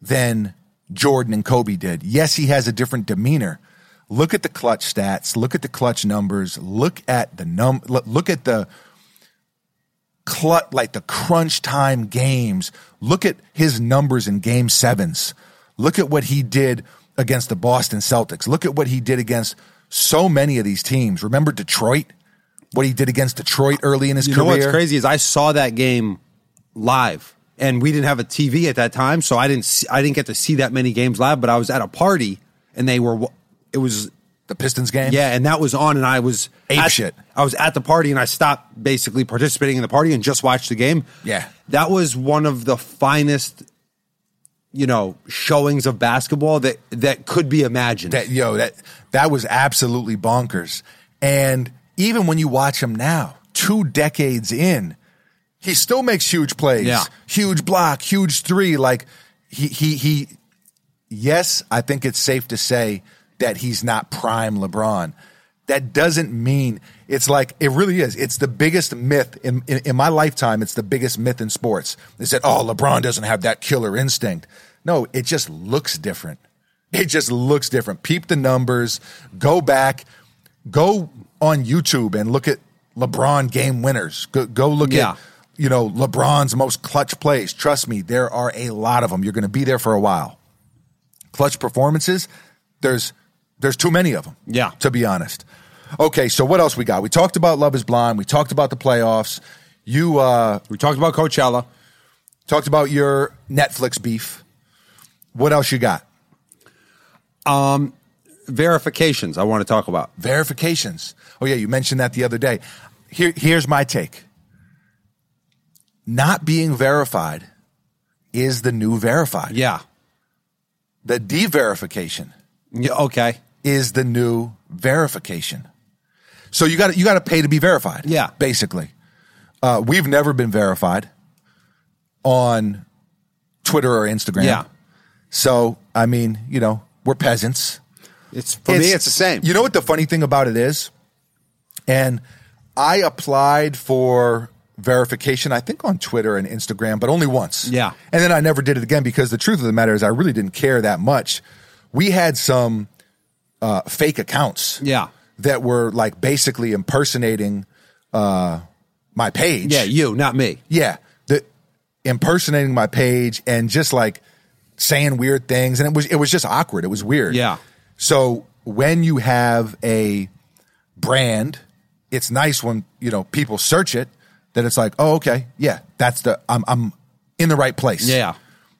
than Jordan and Kobe did. Yes, he has a different demeanor. Look at the clutch stats, look at the clutch numbers, look at the num look, look at the clut like the crunch time games. Look at his numbers in game 7s. Look at what he did against the Boston Celtics. Look at what he did against so many of these teams. Remember Detroit? What he did against Detroit early in his
You
career.
know what's crazy is I saw that game live, and we didn't have a TV at that time, so I didn't see, I didn't get to see that many games live. But I was at a party, and they were it was
The Pistons game?
yeah, and that was on, and I was
Ape
at-
shit.
I was at the party, and I stopped basically participating in the party and just watched the game.
Yeah.
that was one of the finest. You know, showings of basketball that that could be imagined.
That yo, that that was absolutely bonkers. And even when you watch him now, two decades in, he still makes huge plays.
Yeah.
Huge block, huge three. Like he he he yes, I think it's safe to say that he's not prime LeBron. That doesn't mean it's like it really is. It's the biggest myth in, in, in my lifetime. It's the biggest myth in sports. They said, "Oh, LeBron doesn't have that killer instinct." No, it just looks different. It just looks different. Peep the numbers. Go back. Go on YouTube and look at LeBron game winners. Go, go look
Yeah.
at you know LeBron's most clutch plays. Trust me, there are a lot of them. You're going to be there for a while. Clutch performances. There's there's too many of them.
Yeah.
To be honest. Okay, so what else we got? We talked about Love Is Blind. We talked about the playoffs. You uh,
We talked about Coachella.
talked about your Netflix beef. What else you got?
Verifications I want to talk about.
verifications. Oh yeah, you mentioned that the other day. Here, here's my take. Not being verified is the new verified.
Yeah.
The deverification
yeah okay.
is the new verification. So you got you got to pay to be verified.
Yeah.
basically. Uh, we've never been verified on Twitter or Instagram.
Yeah.
So I mean, you know, we're peasants.
It's for me. It's the same.
You know what the funny thing about it is? And I applied for verification, I think on Twitter and Instagram, but only once.
Yeah.
And then I never did it again because the truth of the matter is I really didn't care that much. We had some uh, fake accounts
Yeah.
that were like basically impersonating uh, my page.
yeah, you, not me.
Yeah. The impersonating my page and just like saying weird things and it was it was just awkward. It was weird.
Yeah.
So when you have a brand, it's nice when, you know, people search it that it's like, "Oh, okay. Yeah, that's the I'm I'm in the right place."
Yeah.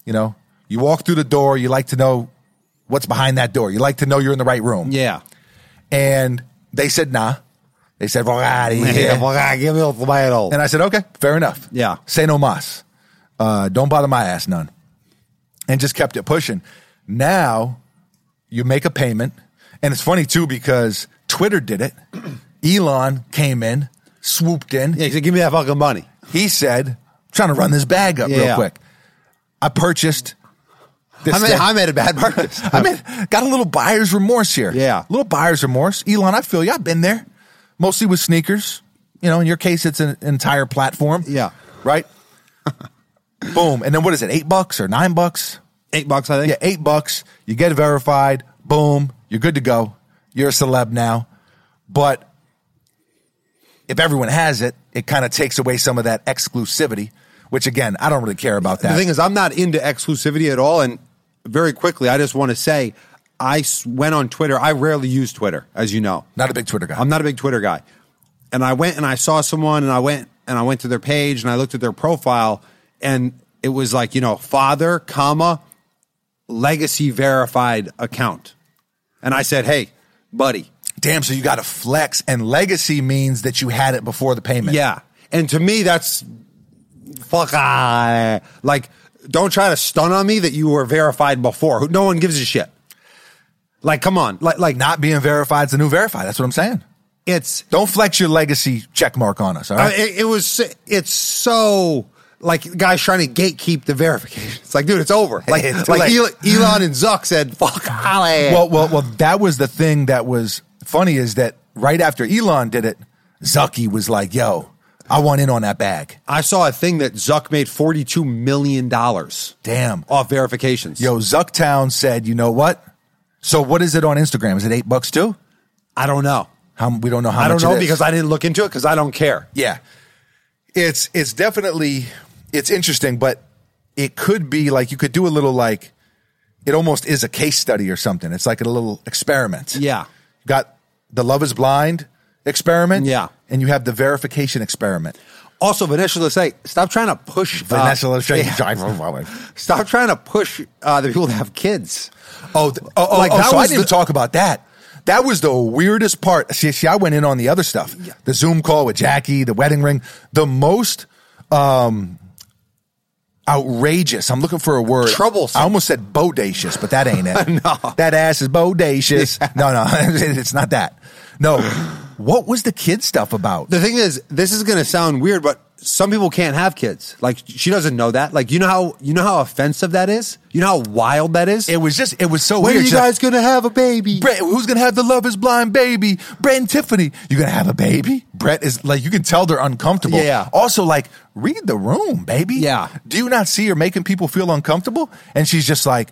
You know, you walk through the door, you like to know what's behind that door. You like to know you're in the right room.
Yeah.
And they said, "Nah." They said, "Well, outta here."
well, God, give me a little.
And I said, okay, fair enough.
Yeah.
Say no mas. Uh, don't bother my ass none. And just kept it pushing. Now you make a payment. And it's funny too because Twitter did it. Elon came in, swooped in.
Yeah, he said, give me that fucking money.
He said, I'm trying to run this bag up real
Yeah.
quick. I purchased this.
I made,
thing.
I made a bad purchase.
I mean, got a little buyer's remorse here.
Yeah.
little buyer's remorse. Elon, I feel you. I've been there, mostly with sneakers. You know, in your case, it's an entire platform.
Yeah.
right. Boom, and then what is it? Eight bucks or nine bucks?
Eight bucks, I think.
Yeah, eight bucks. You get verified. Boom, you're good to go. You're a celeb now. But if everyone has it, it kind of takes away some of that exclusivity. Which again, I don't really care about that.
The thing is, I'm not into exclusivity at all. And very quickly, I just want to say, I s- went on Twitter. I rarely use Twitter, as you know.
not a big Twitter guy.
I'm not a big Twitter guy. And I went and I saw someone and I went and I went to their page and I looked at their profile and it was like, you know, father, comma, legacy verified account. And I said, "Hey, buddy.
Damn, so you got to flex, and legacy means that you had it before the payment.
Yeah." And to me that's fuck ah. like don't try to stun on me that you were verified before. Who- No one gives a shit. Like come on. Like like
Not being verified is the new verified. That's what I'm saying.
it's
Don't flex your legacy check mark on us, all
I
right?
mean, it, it was it's so like guys trying to gatekeep the verification. It's like, dude, it's over. Like,
It's
like
late.
Elon, Elon and Zuck said, "Fuck Holly."
well, well, well, that was the thing that was funny is that right after Elon did it, Zucky was like, yo, I want in on that bag.
I saw a thing that Zuck made forty-two million dollars
Damn.
off verifications.
Yo, Zucktown said, you know what? So what is it on Instagram? Is it eight bucks too?
I don't know.
How, we don't know how
I
much
don't
it
know
is.
because I didn't look into it because I don't care.
Yeah. It's it's definitely it's interesting, but it could be like you could do a little like it almost is a case study or something. It's like a little experiment.
Yeah.
Got the love is blind experiment.
Yeah.
And you have the verification experiment.
Also, Vanessa Lachey, stop trying to push. uh,
Vanessa Lachey.
yeah.
Oh,
Stop trying to push uh, the people that have kids.
th- oh, oh,
Like,
oh,
that
so I
was
didn't
the-
talk about that. That was the weirdest part. See, see, I went in on the other stuff. The Zoom call with Jackie, the wedding ring, the most um, outrageous. I'm looking for a word.
Troublesome.
I almost said bodacious, but that ain't it. no. That ass is bodacious. No, no, it's not that. No. What was the kid stuff about?
the thing is, this is going to sound weird, but some people can't have kids. Like she doesn't know that. Like you know how you know how offensive that is. You know how wild that is.
It was just, it was so
when
weird.
are you
She's like,
guys going to have a baby?
Brett, who's gonna have the love is blind baby? Brett and Tiffany, you gonna have a baby? Brett is like you can tell they're uncomfortable.
Yeah.
Also, like, read the room, baby.
Yeah.
Do you not see her making people feel uncomfortable? And she's just like,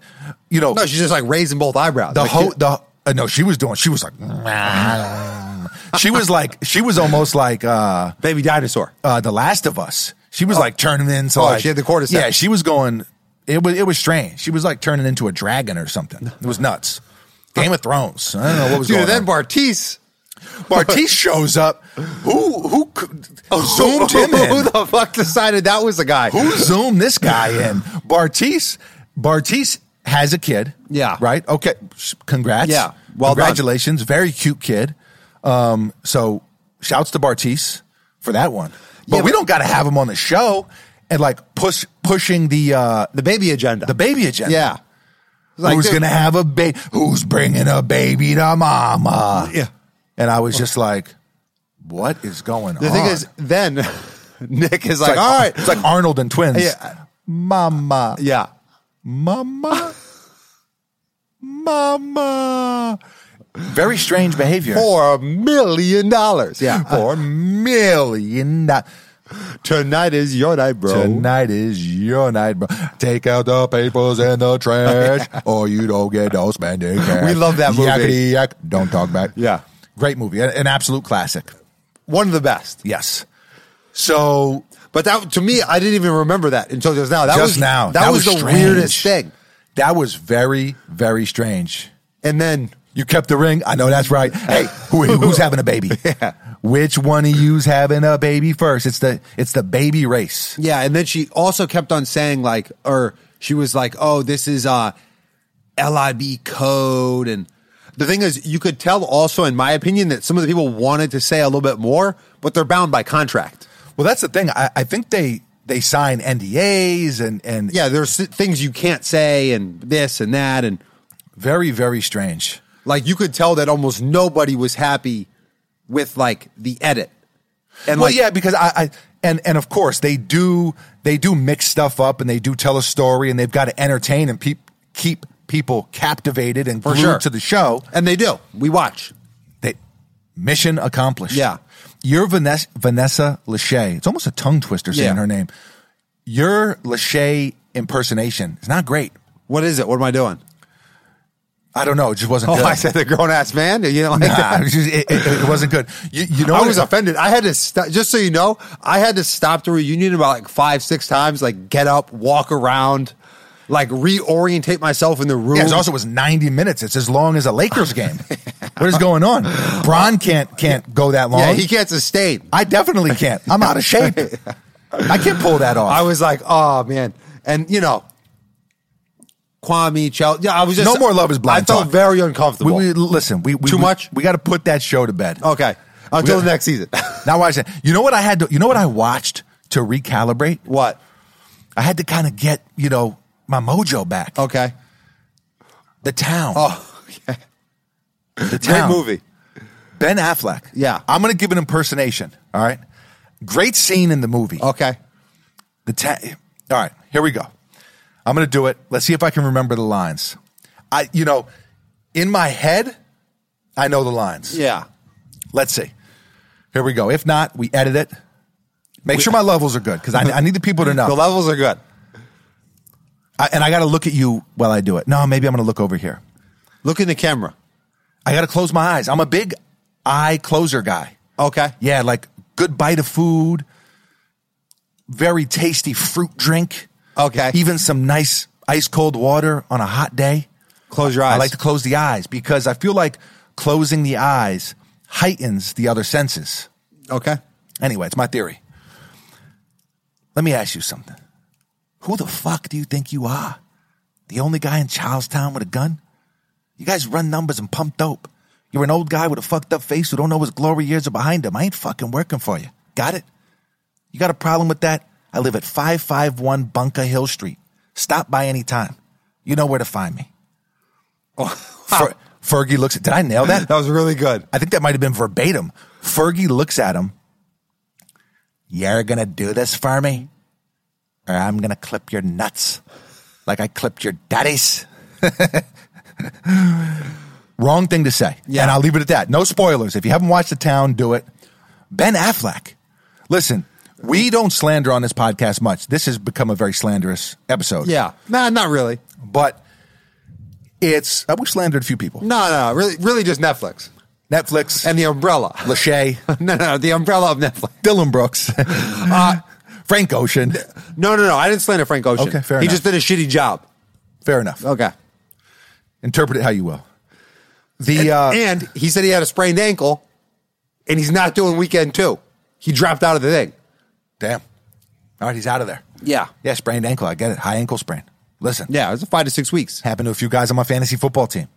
you know,
No, she's just like raising both eyebrows.
the
Like,
whole
you-
the uh, no, she was doing. She was like, "Mm, ah." she was like, she was almost like uh,
Baby dinosaur.
uh, The Last of Us. She was like turning into
Oh,
like
she had the cordyceps.
Yeah, she was going. It was it was strange. She was like turning into a dragon or something. It was nuts. Game of Thrones. I don't know what was
Dude,
going
then
on.
Bartiz.
Bartiz shows up. Who who c- zoomed him in?
Who the fuck decided that was the guy?
Who zoomed this guy in? Bartiz. Bartiz has a kid.
Yeah.
Right. Okay. Congrats.
Yeah. Well done.
Congratulations. Very cute kid. Um. So, shouts to Bartiz for that one. But
Yeah,
we
but-
don't got to have him on the show and like push pushing the uh
The baby agenda.
the baby agenda.
Yeah.
who's
dude-
gonna have a baby? Who's bringing a baby to mama?
Yeah.
And I was just like, what is going
The
on?
thing is, then Nick
It's
is like, all right.
It's like oh. Arnold and twins.
Yeah.
Mama.
Yeah.
Mama. Mama. Very strange behavior.
For a million dollars. Yeah.
Four million. do-
Tonight is your night, bro.
Tonight is your night, bro. Take out the papers and the trash, or you don't get no spending cash.
We love that movie.
Yakety yak. Don't talk back.
Yeah.
Great movie. An- An absolute classic.
One of the best.
Yes. So
But that to me, I didn't even remember that until just now. That
just
was,
now,
That, was, the
strange.
weirdest thing.
That was very, very strange.
And then
You kept the ring. I know that's right. Hey, who, who's having a baby? Which one of you's having a baby first? It's the it's the baby race.
Yeah, and then she also kept on saying like, or she was like, "Oh, this is uh, LIB code." And the thing is, you could tell also, in my opinion, that some of the people wanted to say a little bit more, but they're bound by contract.
Well, that's the thing. I, I think they they sign NDAs and and
Yeah, there's things you can't say, and this and that, and
very very strange.
like you could tell that almost nobody was happy with like the edit. And
well,
like,
yeah, because I, I and and of course they do they do mix stuff up and they do tell a story and they've got to entertain and peop, keep people captivated and
For
glued
sure.
to the show.
and they do. We watch.
They, mission accomplished.
Yeah.
You're Vanessa, Vanessa Lachey. It's almost a tongue twister saying
Yeah.
her name. Your Lachey impersonation is not great.
What is it? What am I doing?
I don't know. It just wasn't
Oh,
good.
I said the grown ass man. You know, like
Nah,
that.
it, was just- it- it- it wasn't good. You, you know,
I
what-
was offended. I had to st- just so you know, I had to stop the reunion about like five, six times. Like get up, walk around, like reorientate myself in the room.
Yeah, it also was 90 minutes. It's as long as a Lakers game. what is going on? Bron can't can't go that long.
Yeah, he can't sustain.
I definitely can't. I'm out of shape. I can't pull that off.
I was like, oh man, and you know, Kwame Chelsea. Yeah, I was just
No more Love is Blind
I felt
talk.
very
we,
uncomfortable.
we- listen. We, we
Too
we-
much?
We, got to put that show to bed.
okay, until
We-
the next season.
Now watch that. You know what I had to. You know what I watched to recalibrate.
what?
I had to kind of get you know my mojo back.
Okay.
The town.
Oh,
the
great
town.
movie.
Ben Affleck.
Yeah.
I'm gonna give an impersonation. All right. Great scene in the movie.
Okay.
The ta- All right, here we go. I'm going to do it. Let's see if I can remember the lines. I, you know, in my head, I know the lines.
Yeah.
Let's see. Here we go. If not, we edit it. Make sure my levels are good because I, I need the people to know.
The levels are good.
I, and I got to look at you while I do it. No, maybe I'm going to look over here.
Look in the camera.
I got to close my eyes. I'm a big eye closer guy.
Okay.
Yeah, like good bite of food, very tasty fruit drink.
Okay.
Even some nice ice cold water on a hot day.
Close your eyes.
I like to close the eyes because I feel like closing the eyes heightens the other senses.
okay.
Anyway, it's my theory. Let me ask you something. Who the fuck do you think you are? The only guy in Charlestown with a gun? You guys run numbers and pump dope. You're an old guy with a fucked up face who don't know his glory years are behind him. I ain't fucking working for you. Got it? You got a problem with that? I live at 551 Bunker Hill Street. Stop by any time. You know where to find me. Fer- Fergie looks at. Did I nail that?
That was really good.
I think that might have been verbatim. Fergie looks at him. You're going to do this for me, or I'm going to clip your nuts like I clipped your daddy's. Wrong thing to say.
Yeah.
And I'll leave it at that. No spoilers. If you haven't watched The Town, do it. Ben Affleck. Listen, we don't slander on this podcast much. This has become a very slanderous episode.
Yeah. Nah, not really.
But it's, uh, we've slandered a few people.
No, no, really, really just Netflix.
Netflix,
and the umbrella.
Lachey,
no, no, the umbrella of Netflix. Uh,
Dylan Brooks, Frank Ocean.
No, no, no. I didn't slander Frank Ocean.
Okay, fair
He
enough.
just did a shitty job.
Fair enough.
Okay.
Interpret it how you will. The
And,
uh,
and he said he had a sprained ankle, and he's not doing weekend two. He dropped out of the thing.
damn. All right, he's out of there.
Yeah.
Yeah, sprained ankle. I get it. High ankle sprain. Listen,
Yeah, it was five to six weeks.
happened to a few guys on my fantasy football team.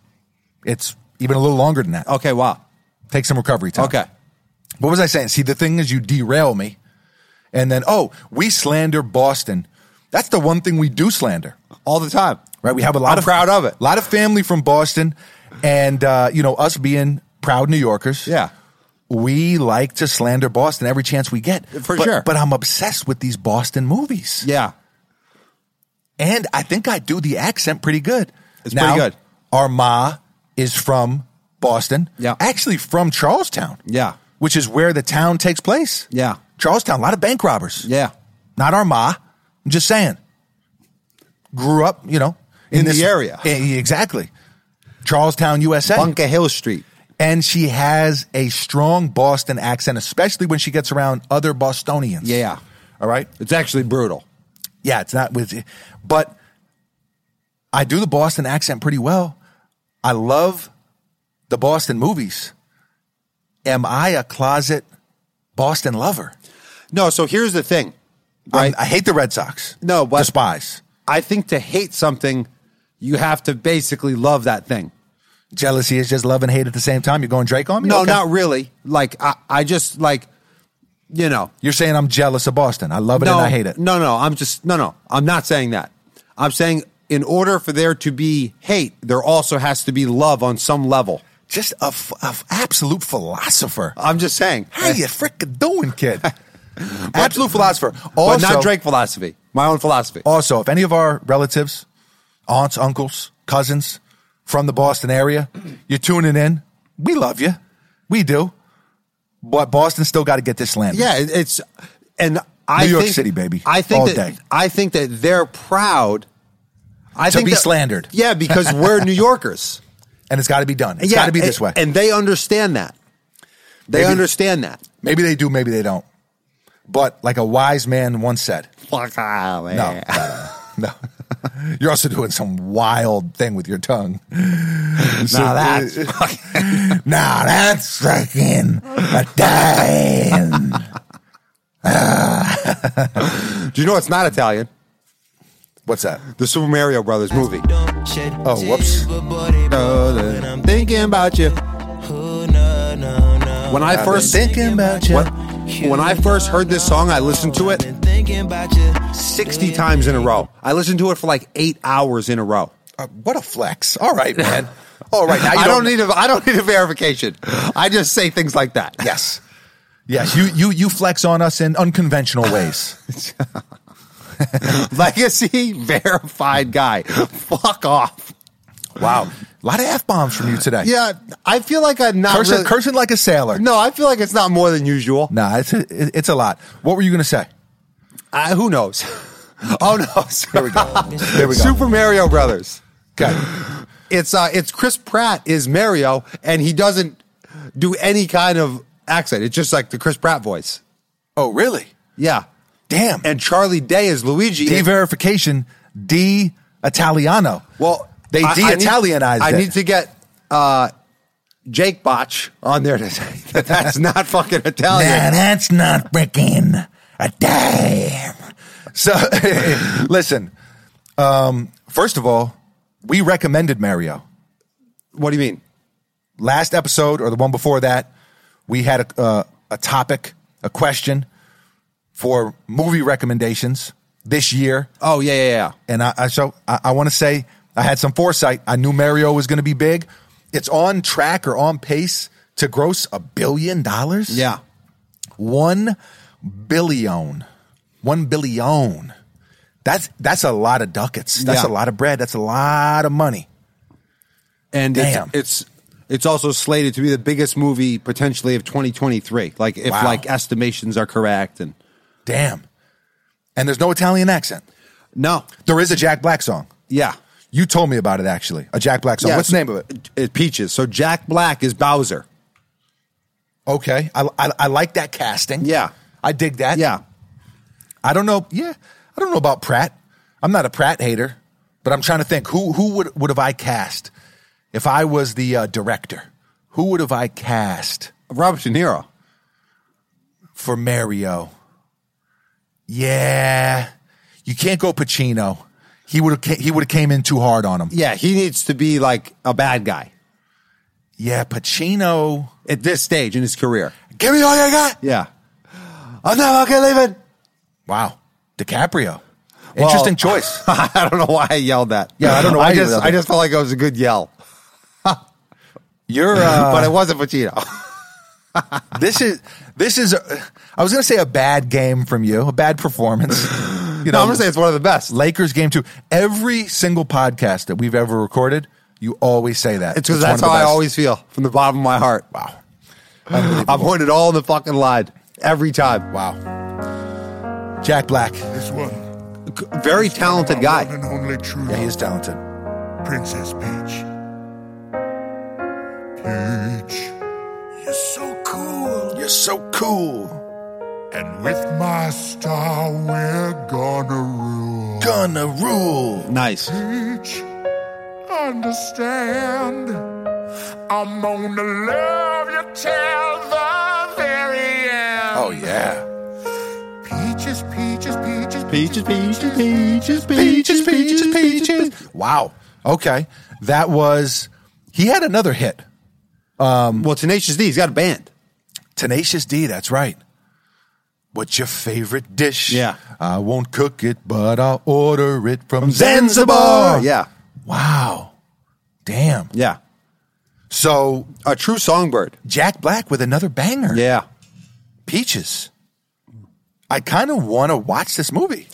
It's even a little longer than that.
Okay, wow.
Take some recovery time.
Oh. Okay.
What was I saying? See, the thing is, you derail me, and then oh, we slander Boston. That's the one thing we do slander,
All the time.
right? We have a lot
I'm
of
proud of it.
a lot of family from Boston, and uh, you know us being proud New Yorkers.
Yeah.
we like to slander Boston every chance we get
For
But-
sure.
But I'm obsessed with these Boston movies,
Yeah.
and I think I do the accent pretty good.
It's
Now,
pretty good.
Our ma is from Boston.
Yeah.
actually from Charlestown.
Yeah.
which is where the town takes place.
Yeah.
Charlestown, a lot of bank robbers.
Yeah.
Not our ma. I'm just saying. Grew up, you know,
In the area.
Eh, exactly. Charlestown, USA.
Bunker Hill Street.
And she has a strong Boston accent, especially when she gets around other Bostonians.
Yeah.
All right.
It's actually brutal.
Yeah, it's not with, but I do the Boston accent pretty well. I love the Boston movies. Am I a closet Boston lover?
No, so here's the thing.
I'm-
Right?
I hate the Red Sox.
No, but-
despise
I think to hate something, you have to basically love that thing.
jealousy is just love and hate at the same time. You're going Drake on me?
No,
Okay.
not really. Like I, I just like, you know,
You're saying I'm jealous of Boston. I love it
no,
and I hate it.
No, no, I'm just no, no. I'm not saying that. I'm saying in order for there to be hate, there also has to be love on some level.
Just a, f- a f- absolute philosopher.
I'm just saying,
How you frickin' doing, kid? absolute philosopher.
but
Also,
not Drake philosophy. My own philosophy.
Also, if any of our relatives, aunts, uncles, cousins from the Boston area, you're tuning in. We love you. We do. But Boston still got to get this land.
Yeah, it- it's and I
New York
think-
City, baby.
I think
All
that
day.
I think that they're proud. I
To be slandered.
Yeah, because we're New Yorkers.
And it's got to be done. It's
yeah,
got to be this
and-
way.
and they understand that. They
Maybe-
understand that.
Maybe they do, maybe they don't. But like a wise man once said,
Fuck off, man.
no, no. You're also doing some wild thing with your tongue. uh,
Now that's
Nah, that's fucking a dying.
Do you know it's not Italian?
What's that?
The Super Mario Brothers movie.
Oh, whoops.
I'm thinking about you. When I first
Thinking about you.
when, when I first heard this song, I listened to it 60 times in a row. I listened to it for like 8 hours in a row.
Uh, what a flex. All right, man. All right. Now you
I don't need a I don't need a verification. I just say things like that.
Yes. Yes. You, you, you flex on us in unconventional ways.
Legacy verified guy. Fuck off.
wow. A lot of F bombs from you today.
Yeah, I feel like I'm not
Cursing,
really-
cursing like a sailor.
No, I feel like it's not more than usual.
Nah, it's a, it- it's a lot. What were you going to say?
I, who knows? oh no.
There we go. There we go.
Super Mario Brothers.
Okay.
It's uh it's Chris Pratt is Mario and he doesn't do any kind of accent. It's just like the Chris Pratt voice.
Oh, really?
Yeah.
Damn.
And Charlie Day is Luigi.
D verification, D Italiano.
well,
they
I- I need-
de-Italianized
I
it.
need to get uh Jake Botch on there to say that that's not fucking
Oh,
Italian.
that's not freaking a damn. So, listen. Um, first of all, we recommended Mario.
What do you mean?
last episode or the one before that, we had a, uh, a topic, a question for movie recommendations this year.
Oh yeah, yeah, yeah.
And I, I so I, I want to say I had some foresight. I knew Mario was going to be big. It's on track or on pace to gross a billion dollars.
Yeah.
One billion. One billion. That's that's a lot of ducats. That's
Yeah.
a lot of bread. That's a lot of money.
And
Damn.
It's, it's it's also slated to be the biggest movie potentially of 2023. Like if
Wow.
like estimations are correct and
Damn. And there's no Italian accent.
no.
There is a Jack Black song.
Yeah.
You told me about it actually. A Jack Black song.
Yeah,
What's
so-
the name of it?
It, Peaches. So Jack Black is Bowser.
Okay, I, I, I like that casting.
Yeah.
I dig that.
Yeah.
I don't know. Yeah, I don't know about Pratt. I'm not a Pratt hater, but I'm trying to think who who would would have I cast if I was the uh, director? Who would have I cast
Robert De Niro.
for Mario? Yeah, you can't go Pacino. He would have he would have came in too hard on him.
Yeah, he needs to be like a bad guy
Yeah, Pacino.
at this stage in his career.
Give me all you got.
Yeah. I'm not okay leaving.
Wow, DiCaprio. Interesting choice.
I don't know why I yelled that.
Yeah, I don't know why
I
you
just
yelled
I
that.
just felt like it was a good yell.
You're uh,
but it wasn't Pacino.
this is this is a, I was going to say a bad game from you, a bad performance. You
no, I'm gonna say it's one of the best.
Lakers game two. Every single podcast that we've ever recorded, you always say that.
It's because
one
that's
of the
how I
best.
always feel from the bottom of my heart.
wow,
I point it all in the fucking line every time.
wow. Jack Black,
This one,
C- Very talented
my
guy.
one and only true
yeah, he
love,
is talented.
Princess Peach. Peach, you're so cool.
You're so cool,
And with my star, we're gonna rule.
gonna rule.
Nice.
Peach, understand. I'm gonna love you till the very end.
Oh yeah,
Peaches, peaches, peaches,
Peaches, peaches, peaches, peaches, peaches, peaches.
wow. Okay, that was. He had another hit,
Well, Tenacious D, he's got a band.
Tenacious D. That's right. What's your favorite dish?
Yeah.
I won't cook it, but I'll order it from
Zanzibar.
Zanzibar.
Yeah,
Wow. Damn.
yeah.
So
A true songbird.
Jack Black with another banger.
Yeah.
Peaches. I kind of want to watch this movie.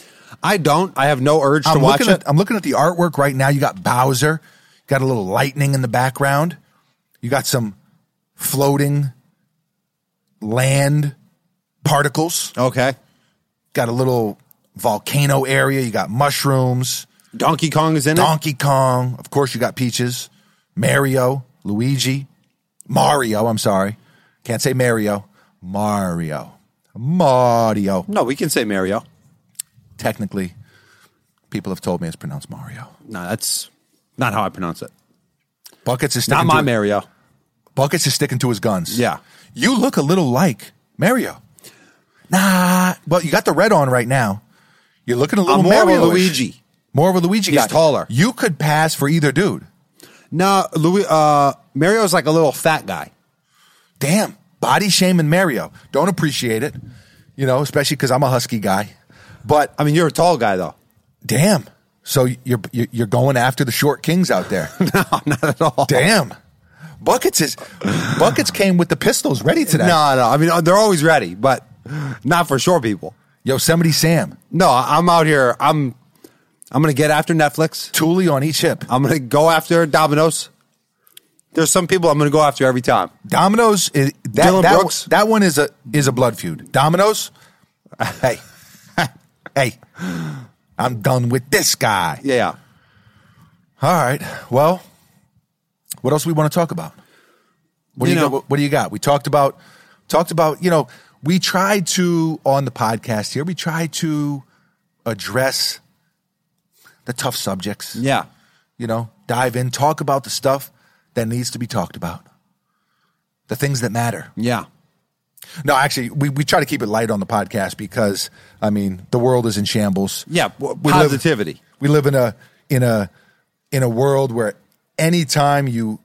I don't. I have no urge to
I'm
watch
looking,
it.
at, I'm looking at the artwork right now. You got Bowser, got a little lightning in the background. You got some floating land particles.
Okay.
Got a little volcano area. You got mushrooms,
Donkey Kong is in it.
Donkey Kong. Of course, you got Peaches, Mario, Luigi, Mario. I'm sorry. Can't say Mario. Mario. Mario.
No, we can say Mario.
technically people have told me it's pronounced Mario.
No, that's not how I pronounce it.
Buckets is
Not
sticking
my
to,
Mario.
Buckets is sticking to his guns.
Yeah.
You look a little like Mario. Nah, but you got the red on right now. You're looking a little
I'm more of a
Mario-ish.
Luigi.
More of a Luigi
He's
guy.
taller.
You could pass for either dude.
No, Louis. Uh, Mario's like a little fat guy.
Damn. Body shaming Mario. Don't appreciate it. You know, especially cuz I'm a husky guy. But
I mean, you're a tall guy though.
damn. So you're you're you're going after the short kings out there.
not at all.
Damn. Buckets is Buckets came with the pistols ready today.
No, no. I mean, uh, they're always ready, but not for short people.
Yosemite Sam.
No, I'm out here. I'm. I'm gonna get after Netflix.
Thule on each hip.
I'm gonna go after Domino's. There's some people I'm gonna go after every time.
Domino's is that
Dylan
that,
Brooks.
one- that one is a is a blood feud. Domino's? Hey. hey. I'm done with this guy.
Yeah.
All right. Well, what else we want to talk about? What do
You
you,
know-
got, what do you got? We talked about talked about, you know, we try to on the podcast here, we try to address the tough subjects.
Yeah.
you know, dive in, talk about the stuff that needs to be talked about, the things that matter.
Yeah.
No, actually, we, we try to keep it light on the podcast because, I mean, the world is in shambles.
Yeah. w-
We live-
Positivity.
We live in a in a in a world where anytime you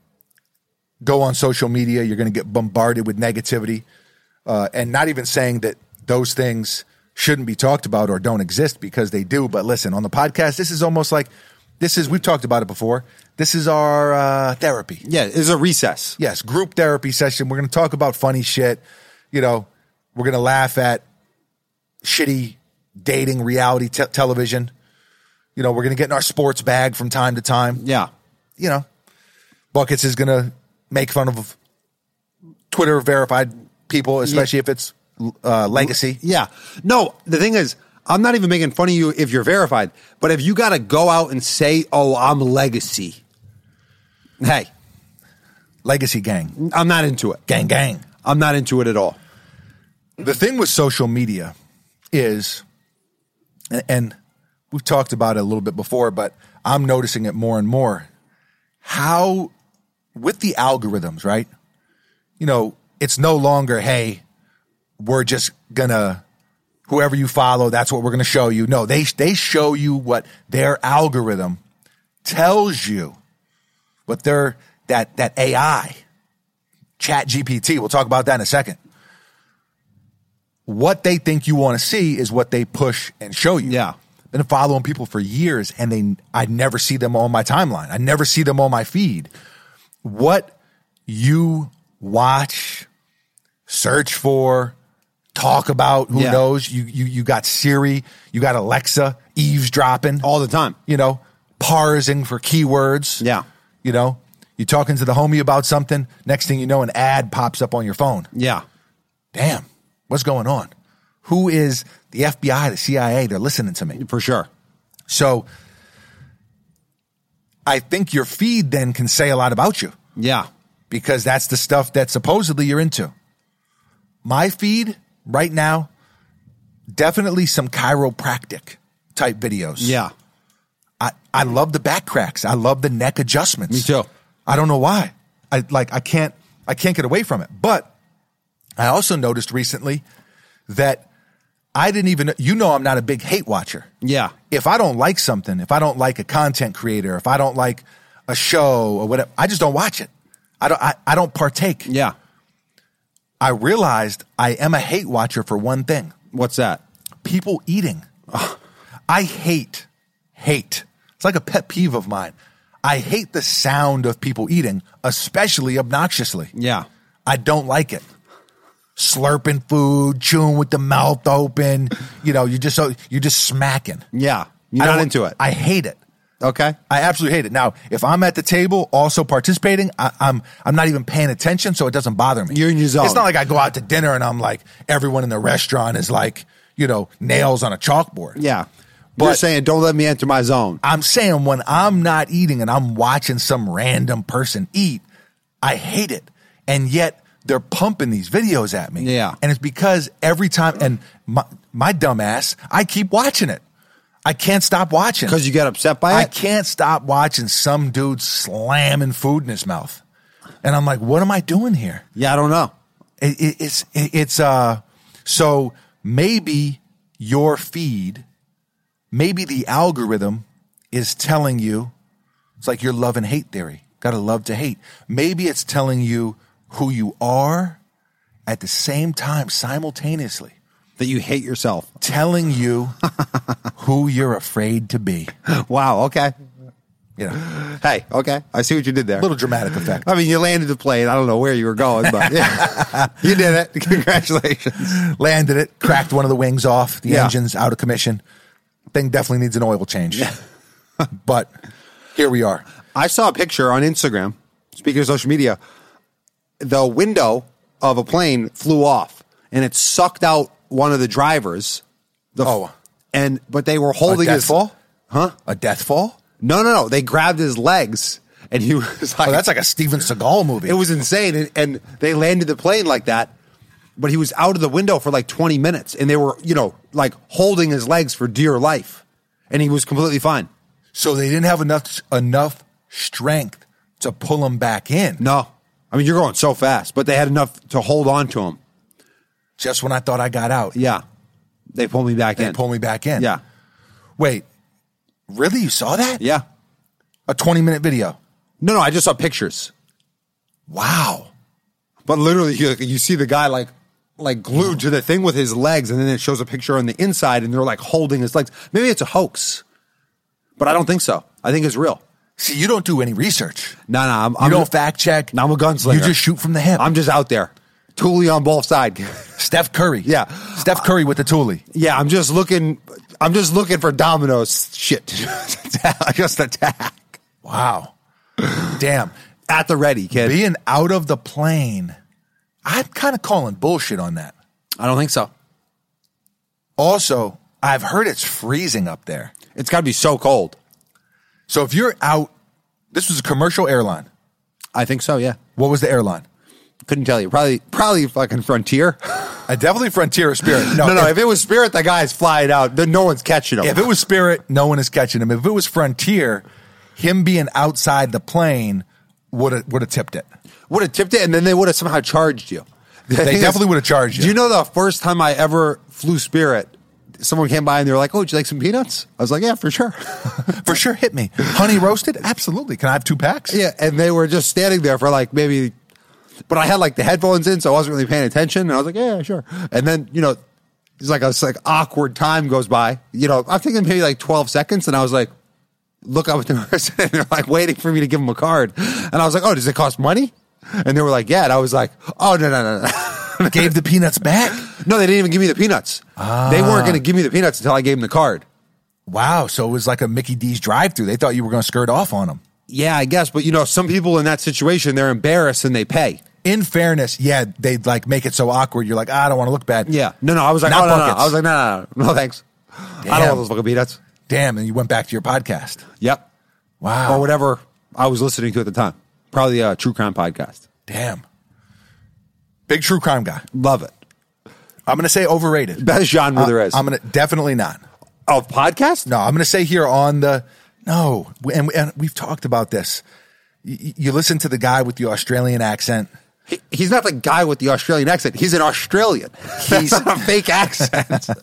go on social media, you're going to get bombarded with negativity, uh, and not even saying that those things shouldn't be talked about or don't exist because they do. But listen, on the podcast, this is almost like this is we've talked about it before. This is our uh, therapy.
Yeah. It's a recess.
Yes, group therapy session. We're going to talk about funny shit. You know, we're going to laugh at shitty dating reality te- television. You know, we're going to get in our sports bag from time to time.
Yeah.
You know, Buckets is going to make fun of Twitter verified people, especially if it's uh, legacy.
Yeah. No, the thing is, I'm not even making fun of you if you're verified, but if you got to go out and say, oh, I'm legacy, hey,
Legacy gang.
I'm not into it.
Gang, gang.
I'm not into it at all.
the thing with social media is and- and we've talked about it a little bit before but i'm noticing it more and more how with the algorithms right you know it's no longer hey we're just gonna whoever you follow that's what we're gonna show you no they they show you what their algorithm tells you what their that that ai chat gpt we'll talk about that in a second what they think you want to see is what they push and show you.
Yeah.
Been following people for years and they I never see them on my timeline. I never see them on my feed. What you watch, search for, talk about, who
Yeah.
knows? You you you got Siri, you got Alexa eavesdropping
All the time.
you know, parsing for keywords.
Yeah.
You know, you're talking to the homie about something, next thing you know an ad pops up on your phone
Yeah.
damn, what's going on? Who is the FBI, the CIA? They're listening to me.
For sure.
So I think your feed then can say a lot about you
Yeah.
because that's the stuff that supposedly you're into. My feed right now, definitely some chiropractic type videos.
Yeah.
I, I love the back cracks. I love the neck adjustments.
Me too.
I don't know why. I like I can't I can't get away from it. But I also noticed recently that I didn't even you know I'm not a big hate watcher.
Yeah.
If I don't like something, if I don't like a content creator, if I don't like a show or whatever, I just don't watch it. I don't I, I don't partake.
Yeah.
I realized I am a hate watcher for one thing
What's that?
people eating. I hate, hate. It's like a pet peeve of mine. I hate the sound of people eating, especially obnoxiously.
Yeah.
I don't like it. Slurping food, chewing with the mouth open. You know, you just so you're just smacking.
Yeah. You're
I
not
don't-
into it.
I hate it.
okay.
I absolutely hate it. Now, if I'm at the table also participating, I, I'm I'm not even paying attention, so it doesn't bother me.
You're in your zone.
It's not like I go out to dinner and I'm like everyone in the restaurant is like you know nails on a chalkboard.
Yeah. You're
But-
saying don't let me enter my zone.
I'm saying when I'm not eating and I'm watching some random person eat, I hate it. And yet they're pumping these videos at me.
Yeah.
And it's because every time, and my, my dumbass, I keep watching it. I can't stop watching.
Because you get upset by
I
it?
can't stop watching some dude slamming food in his mouth. And I'm like, what am I doing here?
yeah, I don't know.
It, it, it's it, it's uh so maybe your feed, maybe the algorithm is telling you it's like your love and hate theory. Got to love to hate. Maybe it's telling you who you are at the same time simultaneously
That you hate yourself.
telling you who you're afraid to be.
Wow. Okay.
You know,
Hey, okay. I see what you did there.
little dramatic effect.
I mean, you landed the plane. I don't know where you were going, but yeah. you did it. Congratulations.
landed it, cracked one of the wings off, the
Yeah.
engine's out of commission. Thing definitely needs an oil change. but here we are.
I saw a picture on Instagram. Speaking of social media, the window of a plane flew off and it sucked out one of the drivers. The
Oh.
and but they were
A
holding
death
his
fall?
Huh?
A death fall?
No, no, no. They grabbed his legs and he was like,
Oh, that's like a Steven Seagal movie.
it was insane. And, and they landed the plane like that, but he was out of the window for like 20 minutes and they were, you know, like holding his legs for dear life. And he was completely fine.
so they didn't have enough enough strength to pull him back in.
No. I mean, you're going so fast, but they had enough to hold on to him.
Just when I thought I got out,
Yeah. They pulled me back
they
in.
pull me back in.
Yeah.
Wait, really? You saw that?
Yeah.
A 20 minute video.
No, no, I just saw pictures.
Wow.
But literally, you, you see the guy like like glued to the thing with his legs, and then it shows a picture on the inside, and they're like holding his legs. Maybe it's a hoax, but I don't think so. I think it's real.
See, you don't do any research.
No, no, I'm,
You
I'm
don't fact check.
I'm a gunslinger.
You just shoot from the hip.
I'm just out there, Thule on both sides.
Steph Curry.
Yeah.
Steph Curry with the Thule.
yeah, I'm just looking. I'm just looking for dominoes. Shit, just attack
Wow. Damn.
at the ready, kid.
Being out of the plane, I'm kind of calling bullshit on that.
I don't think so.
Also, I've heard it's freezing up there.
It's got to be so cold.
So if you're out, this was a commercial airline.
I think so. Yeah.
What was the airline?
Couldn't tell you. Probably, probably fucking Frontier.
I definitely Frontier or Spirit. No,
No, no.
if-
If, it was Spirit, the guy's flying out. Then no one's catching him.
If it was Spirit, no one is catching him. If it was Frontier, him being outside the plane would have would have tipped it.
would have tipped it, and then they would have somehow charged you. They
definitely would have charged you.
Do you know the first time I ever flew Spirit? Someone came by and they were like, "Oh, would you like some peanuts?" I was like, "Yeah, for sure."
For sure, hit me. Honey roasted, absolutely. Can I have two packs?
yeah, and they were just standing there for like maybe, but I had like the headphones in, so I wasn't really paying attention. And I was like, "Yeah, sure." And then you know, it's like a it's like awkward time goes by. You know, I'm thinking maybe like 12 seconds, and I was like, look up at the person and they're like waiting for me to give them a card. And I was like, oh, does it cost money? And they were like, yeah. And I was like, oh, no, no, no, no.
Gave the peanuts back.
no, they didn't even give me the peanuts. They weren't going to give me the peanuts until I gave them the card.
Wow. So it was like a Mickey D's drive-through. They thought you were going to skirt off on them.
Yeah, I guess. But, you know, some people in that situation, they're embarrassed and they pay.
In fairness, yeah, they'd like make it so awkward. You're like, "Ah, I don't want to look bad.
Yeah. No, no. I was like,
Not
oh, no, no, no.
buckets.
I was like, no, no, no. No, thanks. I don't
Damn.
want those fucking peanuts.
Damn. And you went back to your podcast.
Yep.
Wow.
Or whatever I was listening to at the time. Probably a true crime podcast.
Damn. Big true crime guy.
Love it.
I'm going to say overrated.
Best genre there is.
Uh, I'm going to definitely not.
of podcast?
No, I'm going to say here on the no, and, and we've talked about this. You, you listen to the guy with the Australian accent.
He- He's not the guy with the Australian accent. He's an Australian. He's not a fake accent.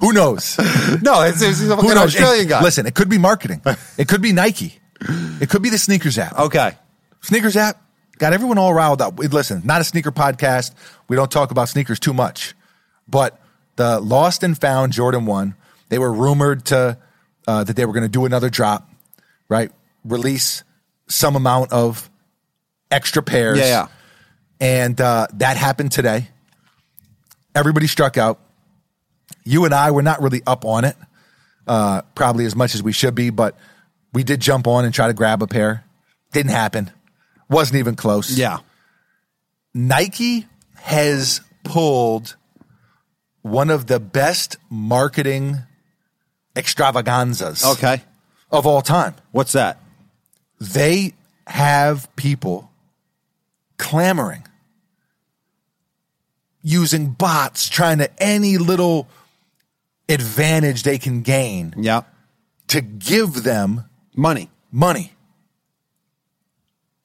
Who knows? Who
no, it's, it's he's a fucking
knows?
Australian
It-
guy.
Listen, it could be marketing. It could be Nike. It could be the sneakers app.
Okay.
Sneakers app got everyone all riled up. It- Listen, not a sneaker podcast. We don't talk about sneakers too much, but the lost and found Jordan one. They were rumored to uh, that they were going to do another drop, right? Release some amount of extra pairs.
Yeah, yeah.
and uh, that happened today. Everybody struck out. You and I were not really up on it, uh, probably as much as we should be, but we did jump on and try to grab a pair. Didn't happen. Wasn't even close.
Yeah.
Nike has pulled one of the best marketing extravaganzas
Okay.
of all time.
What's that?
They have people clamoring, using bots, trying to any little advantage they can gain
Yeah.
to give them
Money.
money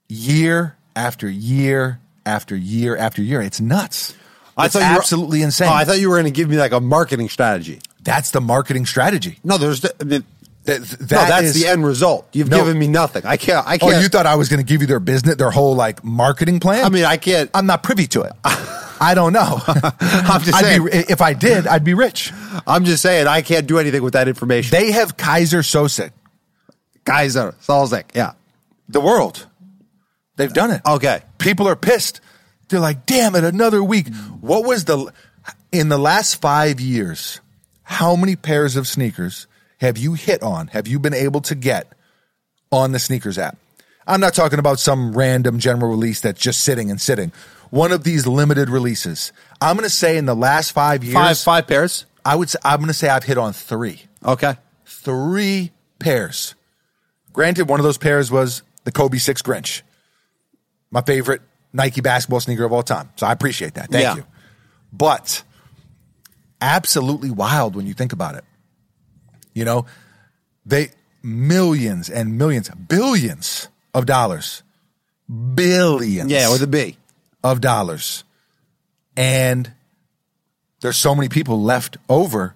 year after year after year after year. It's nuts. it's
you were-
absolutely insane.
Oh, I thought you were going to give me like a marketing strategy.
that's the marketing strategy.
No, there's the, the-
That,
no, that's
is-
the end result. You've
No.
given me nothing. I can't. I can't.
Oh, you thought I was going to give you their business, their whole like marketing plan?
I mean, I can't.
I'm not privy to it. I don't know. I'm
just saying.
if I did, I'd be rich.
I'm just saying, I can't do anything with that information.
They have Kaiser Sosa,
Guys are Salzik. Yeah.
the world. They've done it.
Okay.
Oh, People are pissed. They're like, damn it, another week. What was the, in the last five years, how many pairs of sneakers have you hit on? Have you been able to get on the sneakers app? I'm not talking about some random general release that's just sitting and sitting. One of these limited releases. I'm going to say in the last five years,
Five five pairs.
I would. Say, I'm going to say I've hit on three,
Okay.
three pairs. Granted, one of those pairs was the Kobe Six Grinch, my favorite Nike basketball sneaker of all time. So I appreciate that. Thank
Yeah.
you. But absolutely wild when you think about it. You know, they millions and millions, billions of dollars, billions
Yeah, with a B.
of dollars. And there's so many people left over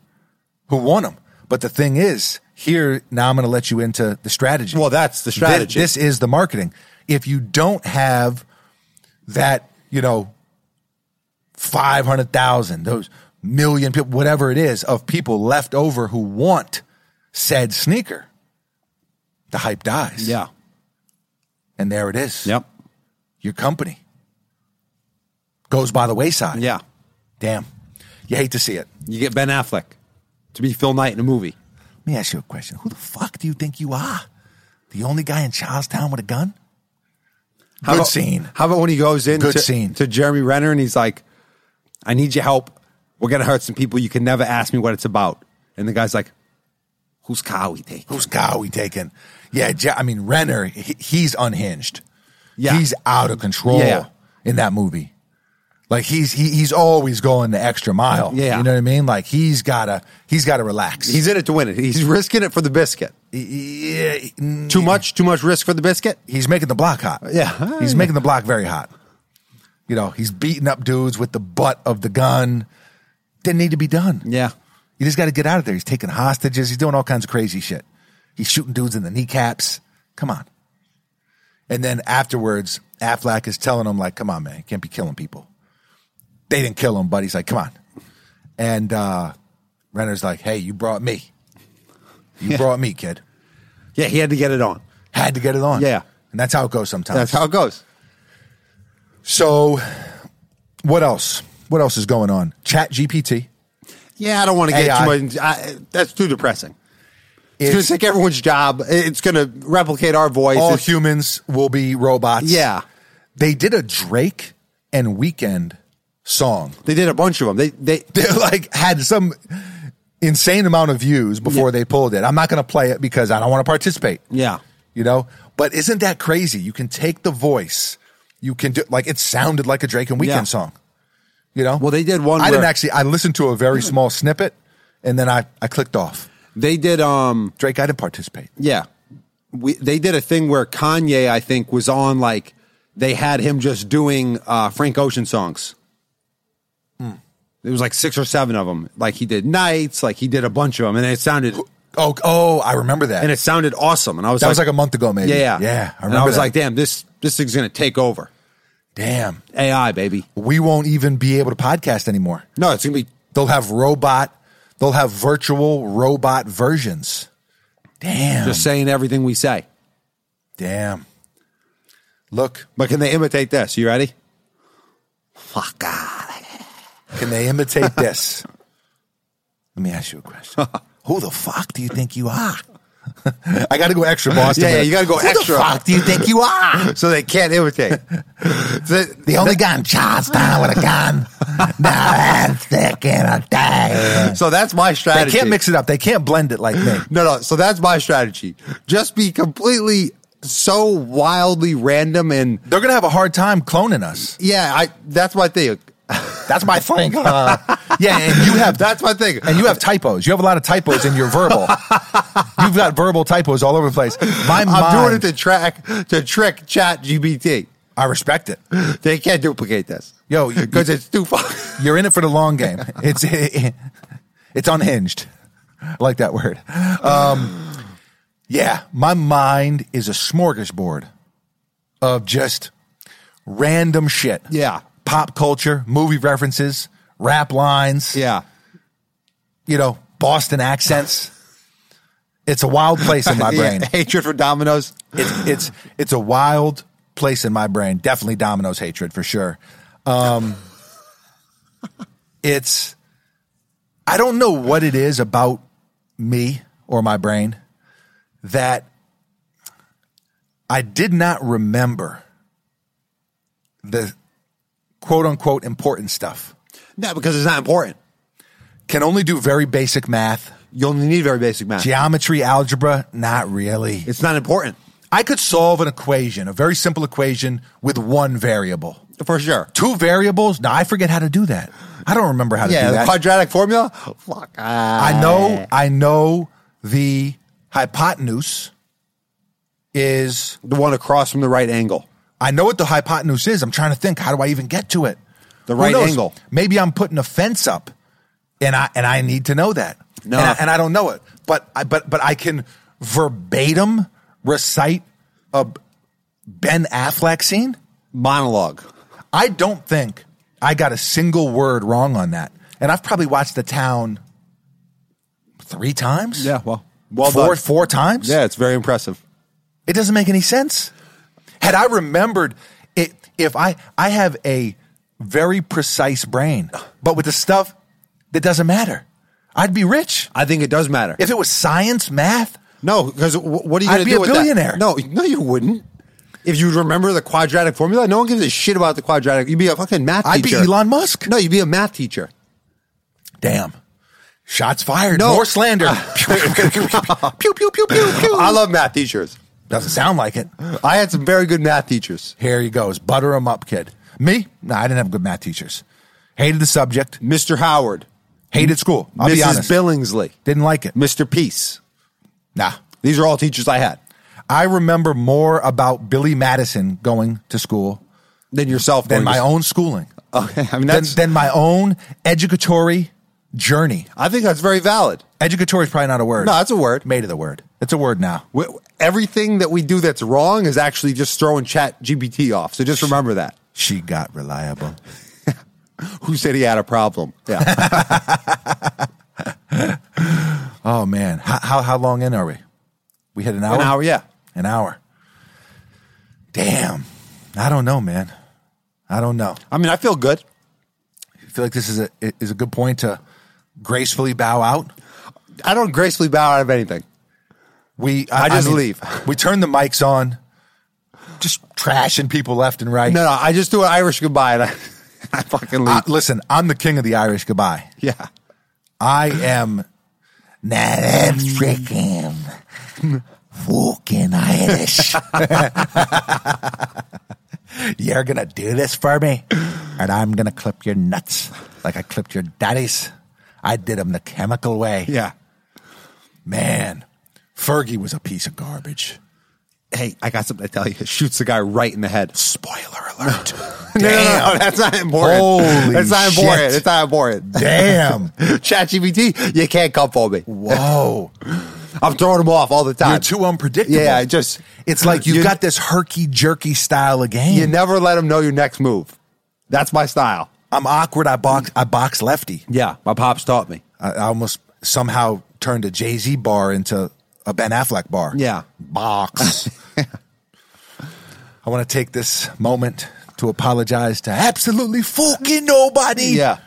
who want them. But the thing is, here, now I'm going to let you into the strategy.
Well, that's the
Thi-
strategy.
This, is the marketing. If you don't have that, you know, 500,000, those million people, whatever it is, of people left over who want said sneaker, the hype dies.
Yeah.
And there it is.
Yep.
Your company goes by the wayside.
Yeah.
Damn. You hate to see it.
You get Ben Affleck to be Phil Knight in a movie.
Let me ask you a question. Who the fuck do you think you are? The only guy in Charlestown with a gun? Good
about,
scene.
How about when he goes in
Good
to,
scene.
to Jeremy Renner and he's like, I need your help. We're going to hurt some people. You can never ask me what it's about. And the guy's like, whose cow we take?
Whose cow we taking? Yeah, Ja- I mean, Renner, he- he's unhinged.
Yeah.
He's out of control.
Yeah.
in that movie. Like he's he, he's always going the extra mile.
Yeah.
you know what I mean. Like he's gotta he's gotta relax.
He's in it to win it. He's risking it for the biscuit.
yeah, mm,
Too much, too much risk for the biscuit.
he's making the block hot.
Yeah.
he's making the block very hot. You know, he's beating up dudes with the butt of the gun. Didn't need to be done.
Yeah.
You just got to get out of there. He's taking hostages. He's doing all kinds of crazy shit. He's shooting dudes in the kneecaps. Come on. And then afterwards, Affleck is telling him, like, come on, man, you can't be killing people. They didn't kill him, but he's like, come on. And uh, Renner's like, hey, you brought me. You brought me, kid.
Yeah, he had to get it on.
Had to get it on.
Yeah.
And that's how it goes sometimes.
That's how it goes.
so, what else? What else is going on? Chat GPT.
Yeah, I don't want to get
AI.
too much. I, that's too depressing. It's,
It's,
going to take everyone's job. It's going to replicate our voice.
all
It's-
humans will be robots.
yeah,
they did a Drake and Weekend song.
they did a bunch of them. They they
They like had some insane amount of views before
Yeah.
they pulled it. I'm not going to play it because I don't want to participate.
yeah.
You know, but isn't that crazy? You can take the voice. You can do like it sounded like a Drake and Weekend
Yeah.
song. You know?
Well, they did one
I didn't
where- Mm.
actually I listened to a very small snippet and then I I clicked off.
They did um
Drake, I didn't participate.
yeah. We they did a thing where Kanye I think was on like they had him just doing uh Frank Ocean songs. It was like 6 or 7 of them. Like he did Nights, like he did a bunch of them and it sounded
Oh, oh, I remember that.
and it sounded awesome and I was
that
like
was like a month ago maybe.
yeah, yeah.
Yeah, I
and
remember
I was
that.
like damn, this this thing's going to take over.
damn.
AI baby.
We won't even be able to podcast anymore.
No, it's going to be
They'll have robot. They'll have virtual robot versions. Damn.
just saying everything we say.
Damn. Look,
But can they imitate this? You ready?
can they imitate this? Let me ask you a question. Who the fuck do you think you are? I got to go extra Boston.
Yeah, yeah,
with it.
you gotta go
Who
extra.
The fuck do you think you are?
So they can't imitate.
The only guy in Charlestown with a gun. now I'm sick in a day.
so that's my
They
strategy.
can't mix it up. They can't blend it like me.
No, no. So that's my strategy. Just be completely so wildly random and
They're gonna have a hard time cloning us.
yeah, I that's my thing.
That's my thing. Uh, yeah, and you have
That's my thing.
and you have typos. You have a lot of typos in your verbal. You've got verbal typos all over the place. My
I'm doing
mind,
it to track to trick Chat GBT.
I respect it.
They can't duplicate this
Yo, you,
because it's too far.
you're in it for the long game. It's it's unhinged. I like that word. Um, yeah, my mind is a smorgasbord of just random shit.
Yeah.
pop culture, movie references, rap lines.
yeah,
you know, Boston accents. It's a wild place in my brain.
Yeah, hatred for dominoes.
It's it's it's a wild place in my brain. Definitely Domino's hatred for sure. Um, it's I don't know what it is about me or my brain that I did not remember the quote unquote important stuff.
No, because it's not important.
Can only do very basic math,
You only need very basic math.
geometry, algebra, not really.
It's not important
I could solve an equation, a very simple equation with one variable.
for sure.
Two variables? Now I forget how to do that. I don't remember how to
Yeah,
do
the
that.
quadratic formula. Fuck.
I know I know the hypotenuse is
the one across from the right angle.
I know what the hypotenuse is. I'm trying to think how do I even get to it?
The
Who
right
knows?
angle.
Maybe I'm putting a fence up and I and I need to know that.
No.
And I, and I don't know it. But I but but I can verbatim recite a Ben Affleck scene.
Monologue.
I don't think I got a single word wrong on that. And I've probably watched The Town three times.
well, well
four
done.
four times.
Yeah, it's very impressive.
It doesn't make any sense. Had I remembered it, if I I have a very precise brain, but with the stuff that doesn't matter, I'd be rich.
I think it does matter.
If it was science, math,
no, because w- what are you
I'd
going to
be
do
a
with that?
billionaire.
No, no, you wouldn't. If you remember the quadratic formula, no one gives a shit about the quadratic. You'd be a fucking math
I'd be
teacher.
Elon Musk.
No, you'd be a math teacher.
Damn. Shots fired.
No.
More slander. pew pew pew pew pew.
I love math teachers.
Doesn't sound like it.
I had some very good math teachers.
Here he goes. Butter him up, kid. Me? No, I didn't have good math teachers. Hated the subject.
Mr. Howard,
Hated school. I'll be
Mrs.
honest.
Billingsley,
didn't like it.
Mr. Peace.
Nah.
These are all teachers I had.
I remember more about Billy Madison going to school
Then yourself.
than
going
my
to-
own schooling,
Okay, I mean
than,
that's.
than my own educatory journey.
I think that's very valid.
Educatory is probably not a word.
No, that's a word.
Made it a word. It's a word now.
W- Everything that we do that's wrong is actually just throwing Chat GPT off. So just remember that.
She got reliable.
Who said he had a problem? Yeah,
Oh man, how how, how long in are we? We had an hour.
an hour. Yeah,
An hour. Damn. I don't know, man. I don't know.
I mean I feel good.
I feel like this is a is a good point to gracefully bow out.
I don't gracefully bow out of anything.
We
I just leave.
We turn the mics on, just trashing people left and right.
No, no, I just do an Irish goodbye and I, I fucking leave.
I- listen, I'm the king of the Irish goodbye.
yeah.
I am. Nah, that's freaking fucking Irish. You're gonna do this for me, and I'm gonna clip your nuts like I clipped your daddy's. I did them the chemical way.
Yeah.
Man, Fergie was a piece of garbage.
Hey, I got something to tell you. Shoots the guy right in the head.
Spoiler alert.
No, no, no, no,
Damn.
that's not important.
Holy
that's not
shit.
important. It's not important.
Damn.
Chat GPT, you can't come for me.
Whoa.
I'm throwing him off all the time.
You're too unpredictable.
Yeah, I just-
It's like you've
You-
got this herky jerky style of game.
you never let him know your next move. That's my style.
I'm awkward. I box. I box lefty.
Yeah, my pops taught me.
I, I almost somehow turned a Jay Z bar into a Ben Affleck bar.
Yeah.
box. I want to take this moment to apologize to absolutely fucking nobody.
Yeah.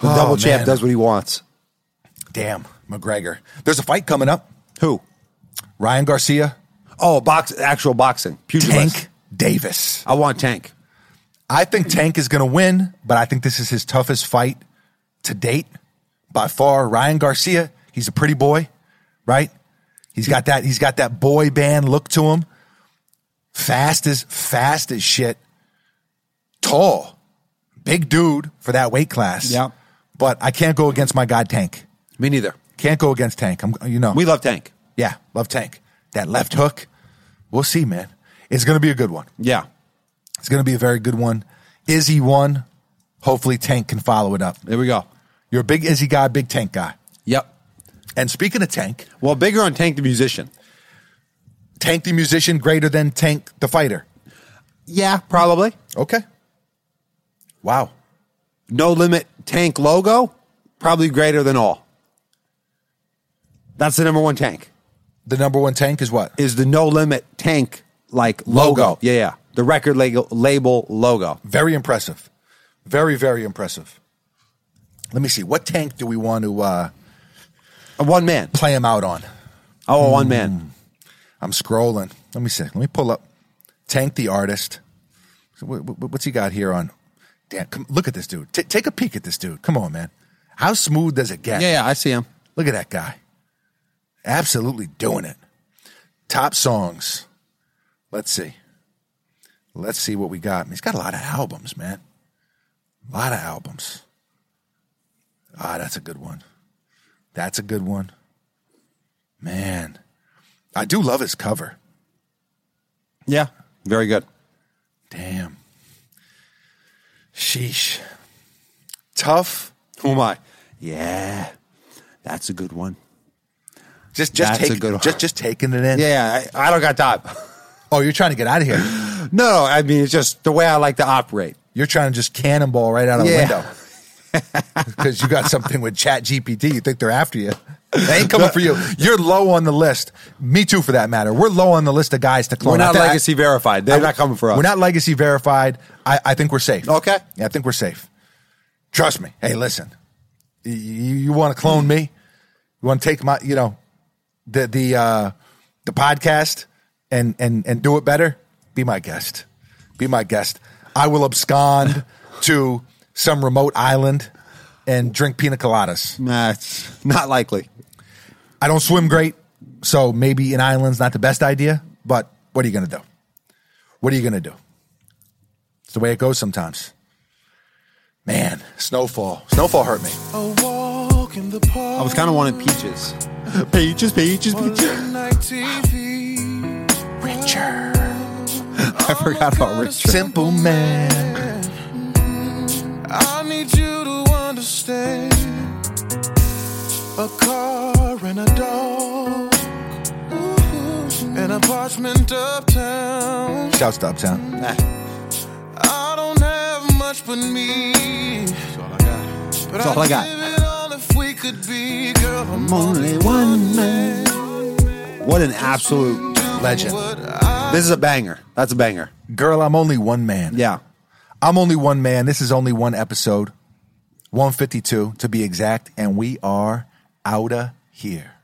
The
Oh,
double champ
man.
does what he wants.
Damn, McGregor. There's a fight coming up.
Who?
Ryan Garcia,
Oh, box actual boxing. Pugilist.
Tank Davis.
I want Tank.
I think Tank is going to win, but I think this is his toughest fight to date by far. Ryan Garcia, he's a pretty boy, right? He's got that he's got that boy band look to him. Fast as fast as shit. Tall. Big dude for that weight class.
Yeah.
But I can't go against my guy Tank.
Me neither.
Can't go against Tank. I'm you know.
We love Tank.
yeah, love Tank. That left hook. We'll see, man. It's going to be a good one.
Yeah.
It's going to be a very good one. Izzy won. Hopefully, Tank can follow it up.
There we go.
You're a big Izzy guy, big Tank guy.
Yep.
And speaking of Tank,
Well, bigger on Tank the musician.
Tank the musician greater than Tank the fighter.
Yeah, probably.
Okay. Wow.
No limit Tank logo, probably greater than all. That's the number one Tank.
The number one Tank is what?
Is the no limit Tank like logo?
Logo.
Yeah, yeah. The record label, label logo.
Very impressive. Very, very impressive. Let me see. What Tank do we want to uh,
A one man.
play him out on?
Oh, a one man.
I'm scrolling. Let me see. Let me pull up Tank the artist. So wh- wh- what's he got here on? Damn, come, look at this dude. Ta take a peek at this dude. Come on, man. How smooth does it get?
Yeah, yeah, I see him.
Look at that guy. Absolutely doing it. Top songs. Let's see. Let's see what we got. He's got a lot of albums, man. A lot of albums. Ah, that's a good one. That's a good one. Man, I do love his cover.
Yeah. Very good.
Damn. Sheesh. Tough.
Who am I? Yeah. That's a good one.
Just just
That's a
take,
good one.
just just taking it in.
Yeah, I, I don't got time.
Oh, you're trying to get out of here.
No, no, I mean, it's just the way I like to operate.
You're trying to just cannonball right out of
Yeah.
the window. Because you got something with Chat GPT. You think they're after you. They ain't coming for you. You're low on the list. Me too, for that matter. We're low on the list of guys to clone.
We're
I
not
thi- I-
legacy verified. They're
I-
not coming for us.
We're not legacy verified. I, I think we're safe.
Okay.
Yeah, I think we're safe. Trust me. Hey, listen. You, you want to clone me? You want to take my, you know, the the uh, the podcast and and and do it better? Be my guest. Be my guest. I will abscond to some remote island and drink pina coladas.
Nah, it's not likely.
I don't swim great, so maybe an island's not the best idea. But what are you gonna do? What are you gonna do? It's the way it goes sometimes. Man, snowfall. Snowfall hurt me.
A walk in the park.
I was kind of wanting peaches. Peaches, peaches, peaches. I forgot about Richard.
Simple man.
I need you to understand. A car and a dog. Ooh, an apartment uptown.
Shouts to Uptown.
I don't have much but me. That's all I got. But
That's all I got.
Give it all if we could be, girl. I'm
only one man. What an absolute.
Legend.
what I
This is a banger. That's a banger.
Girl, I'm only one man.
Yeah.
I'm only one man. This is only one episode, 152 to be exact, and we are outta here.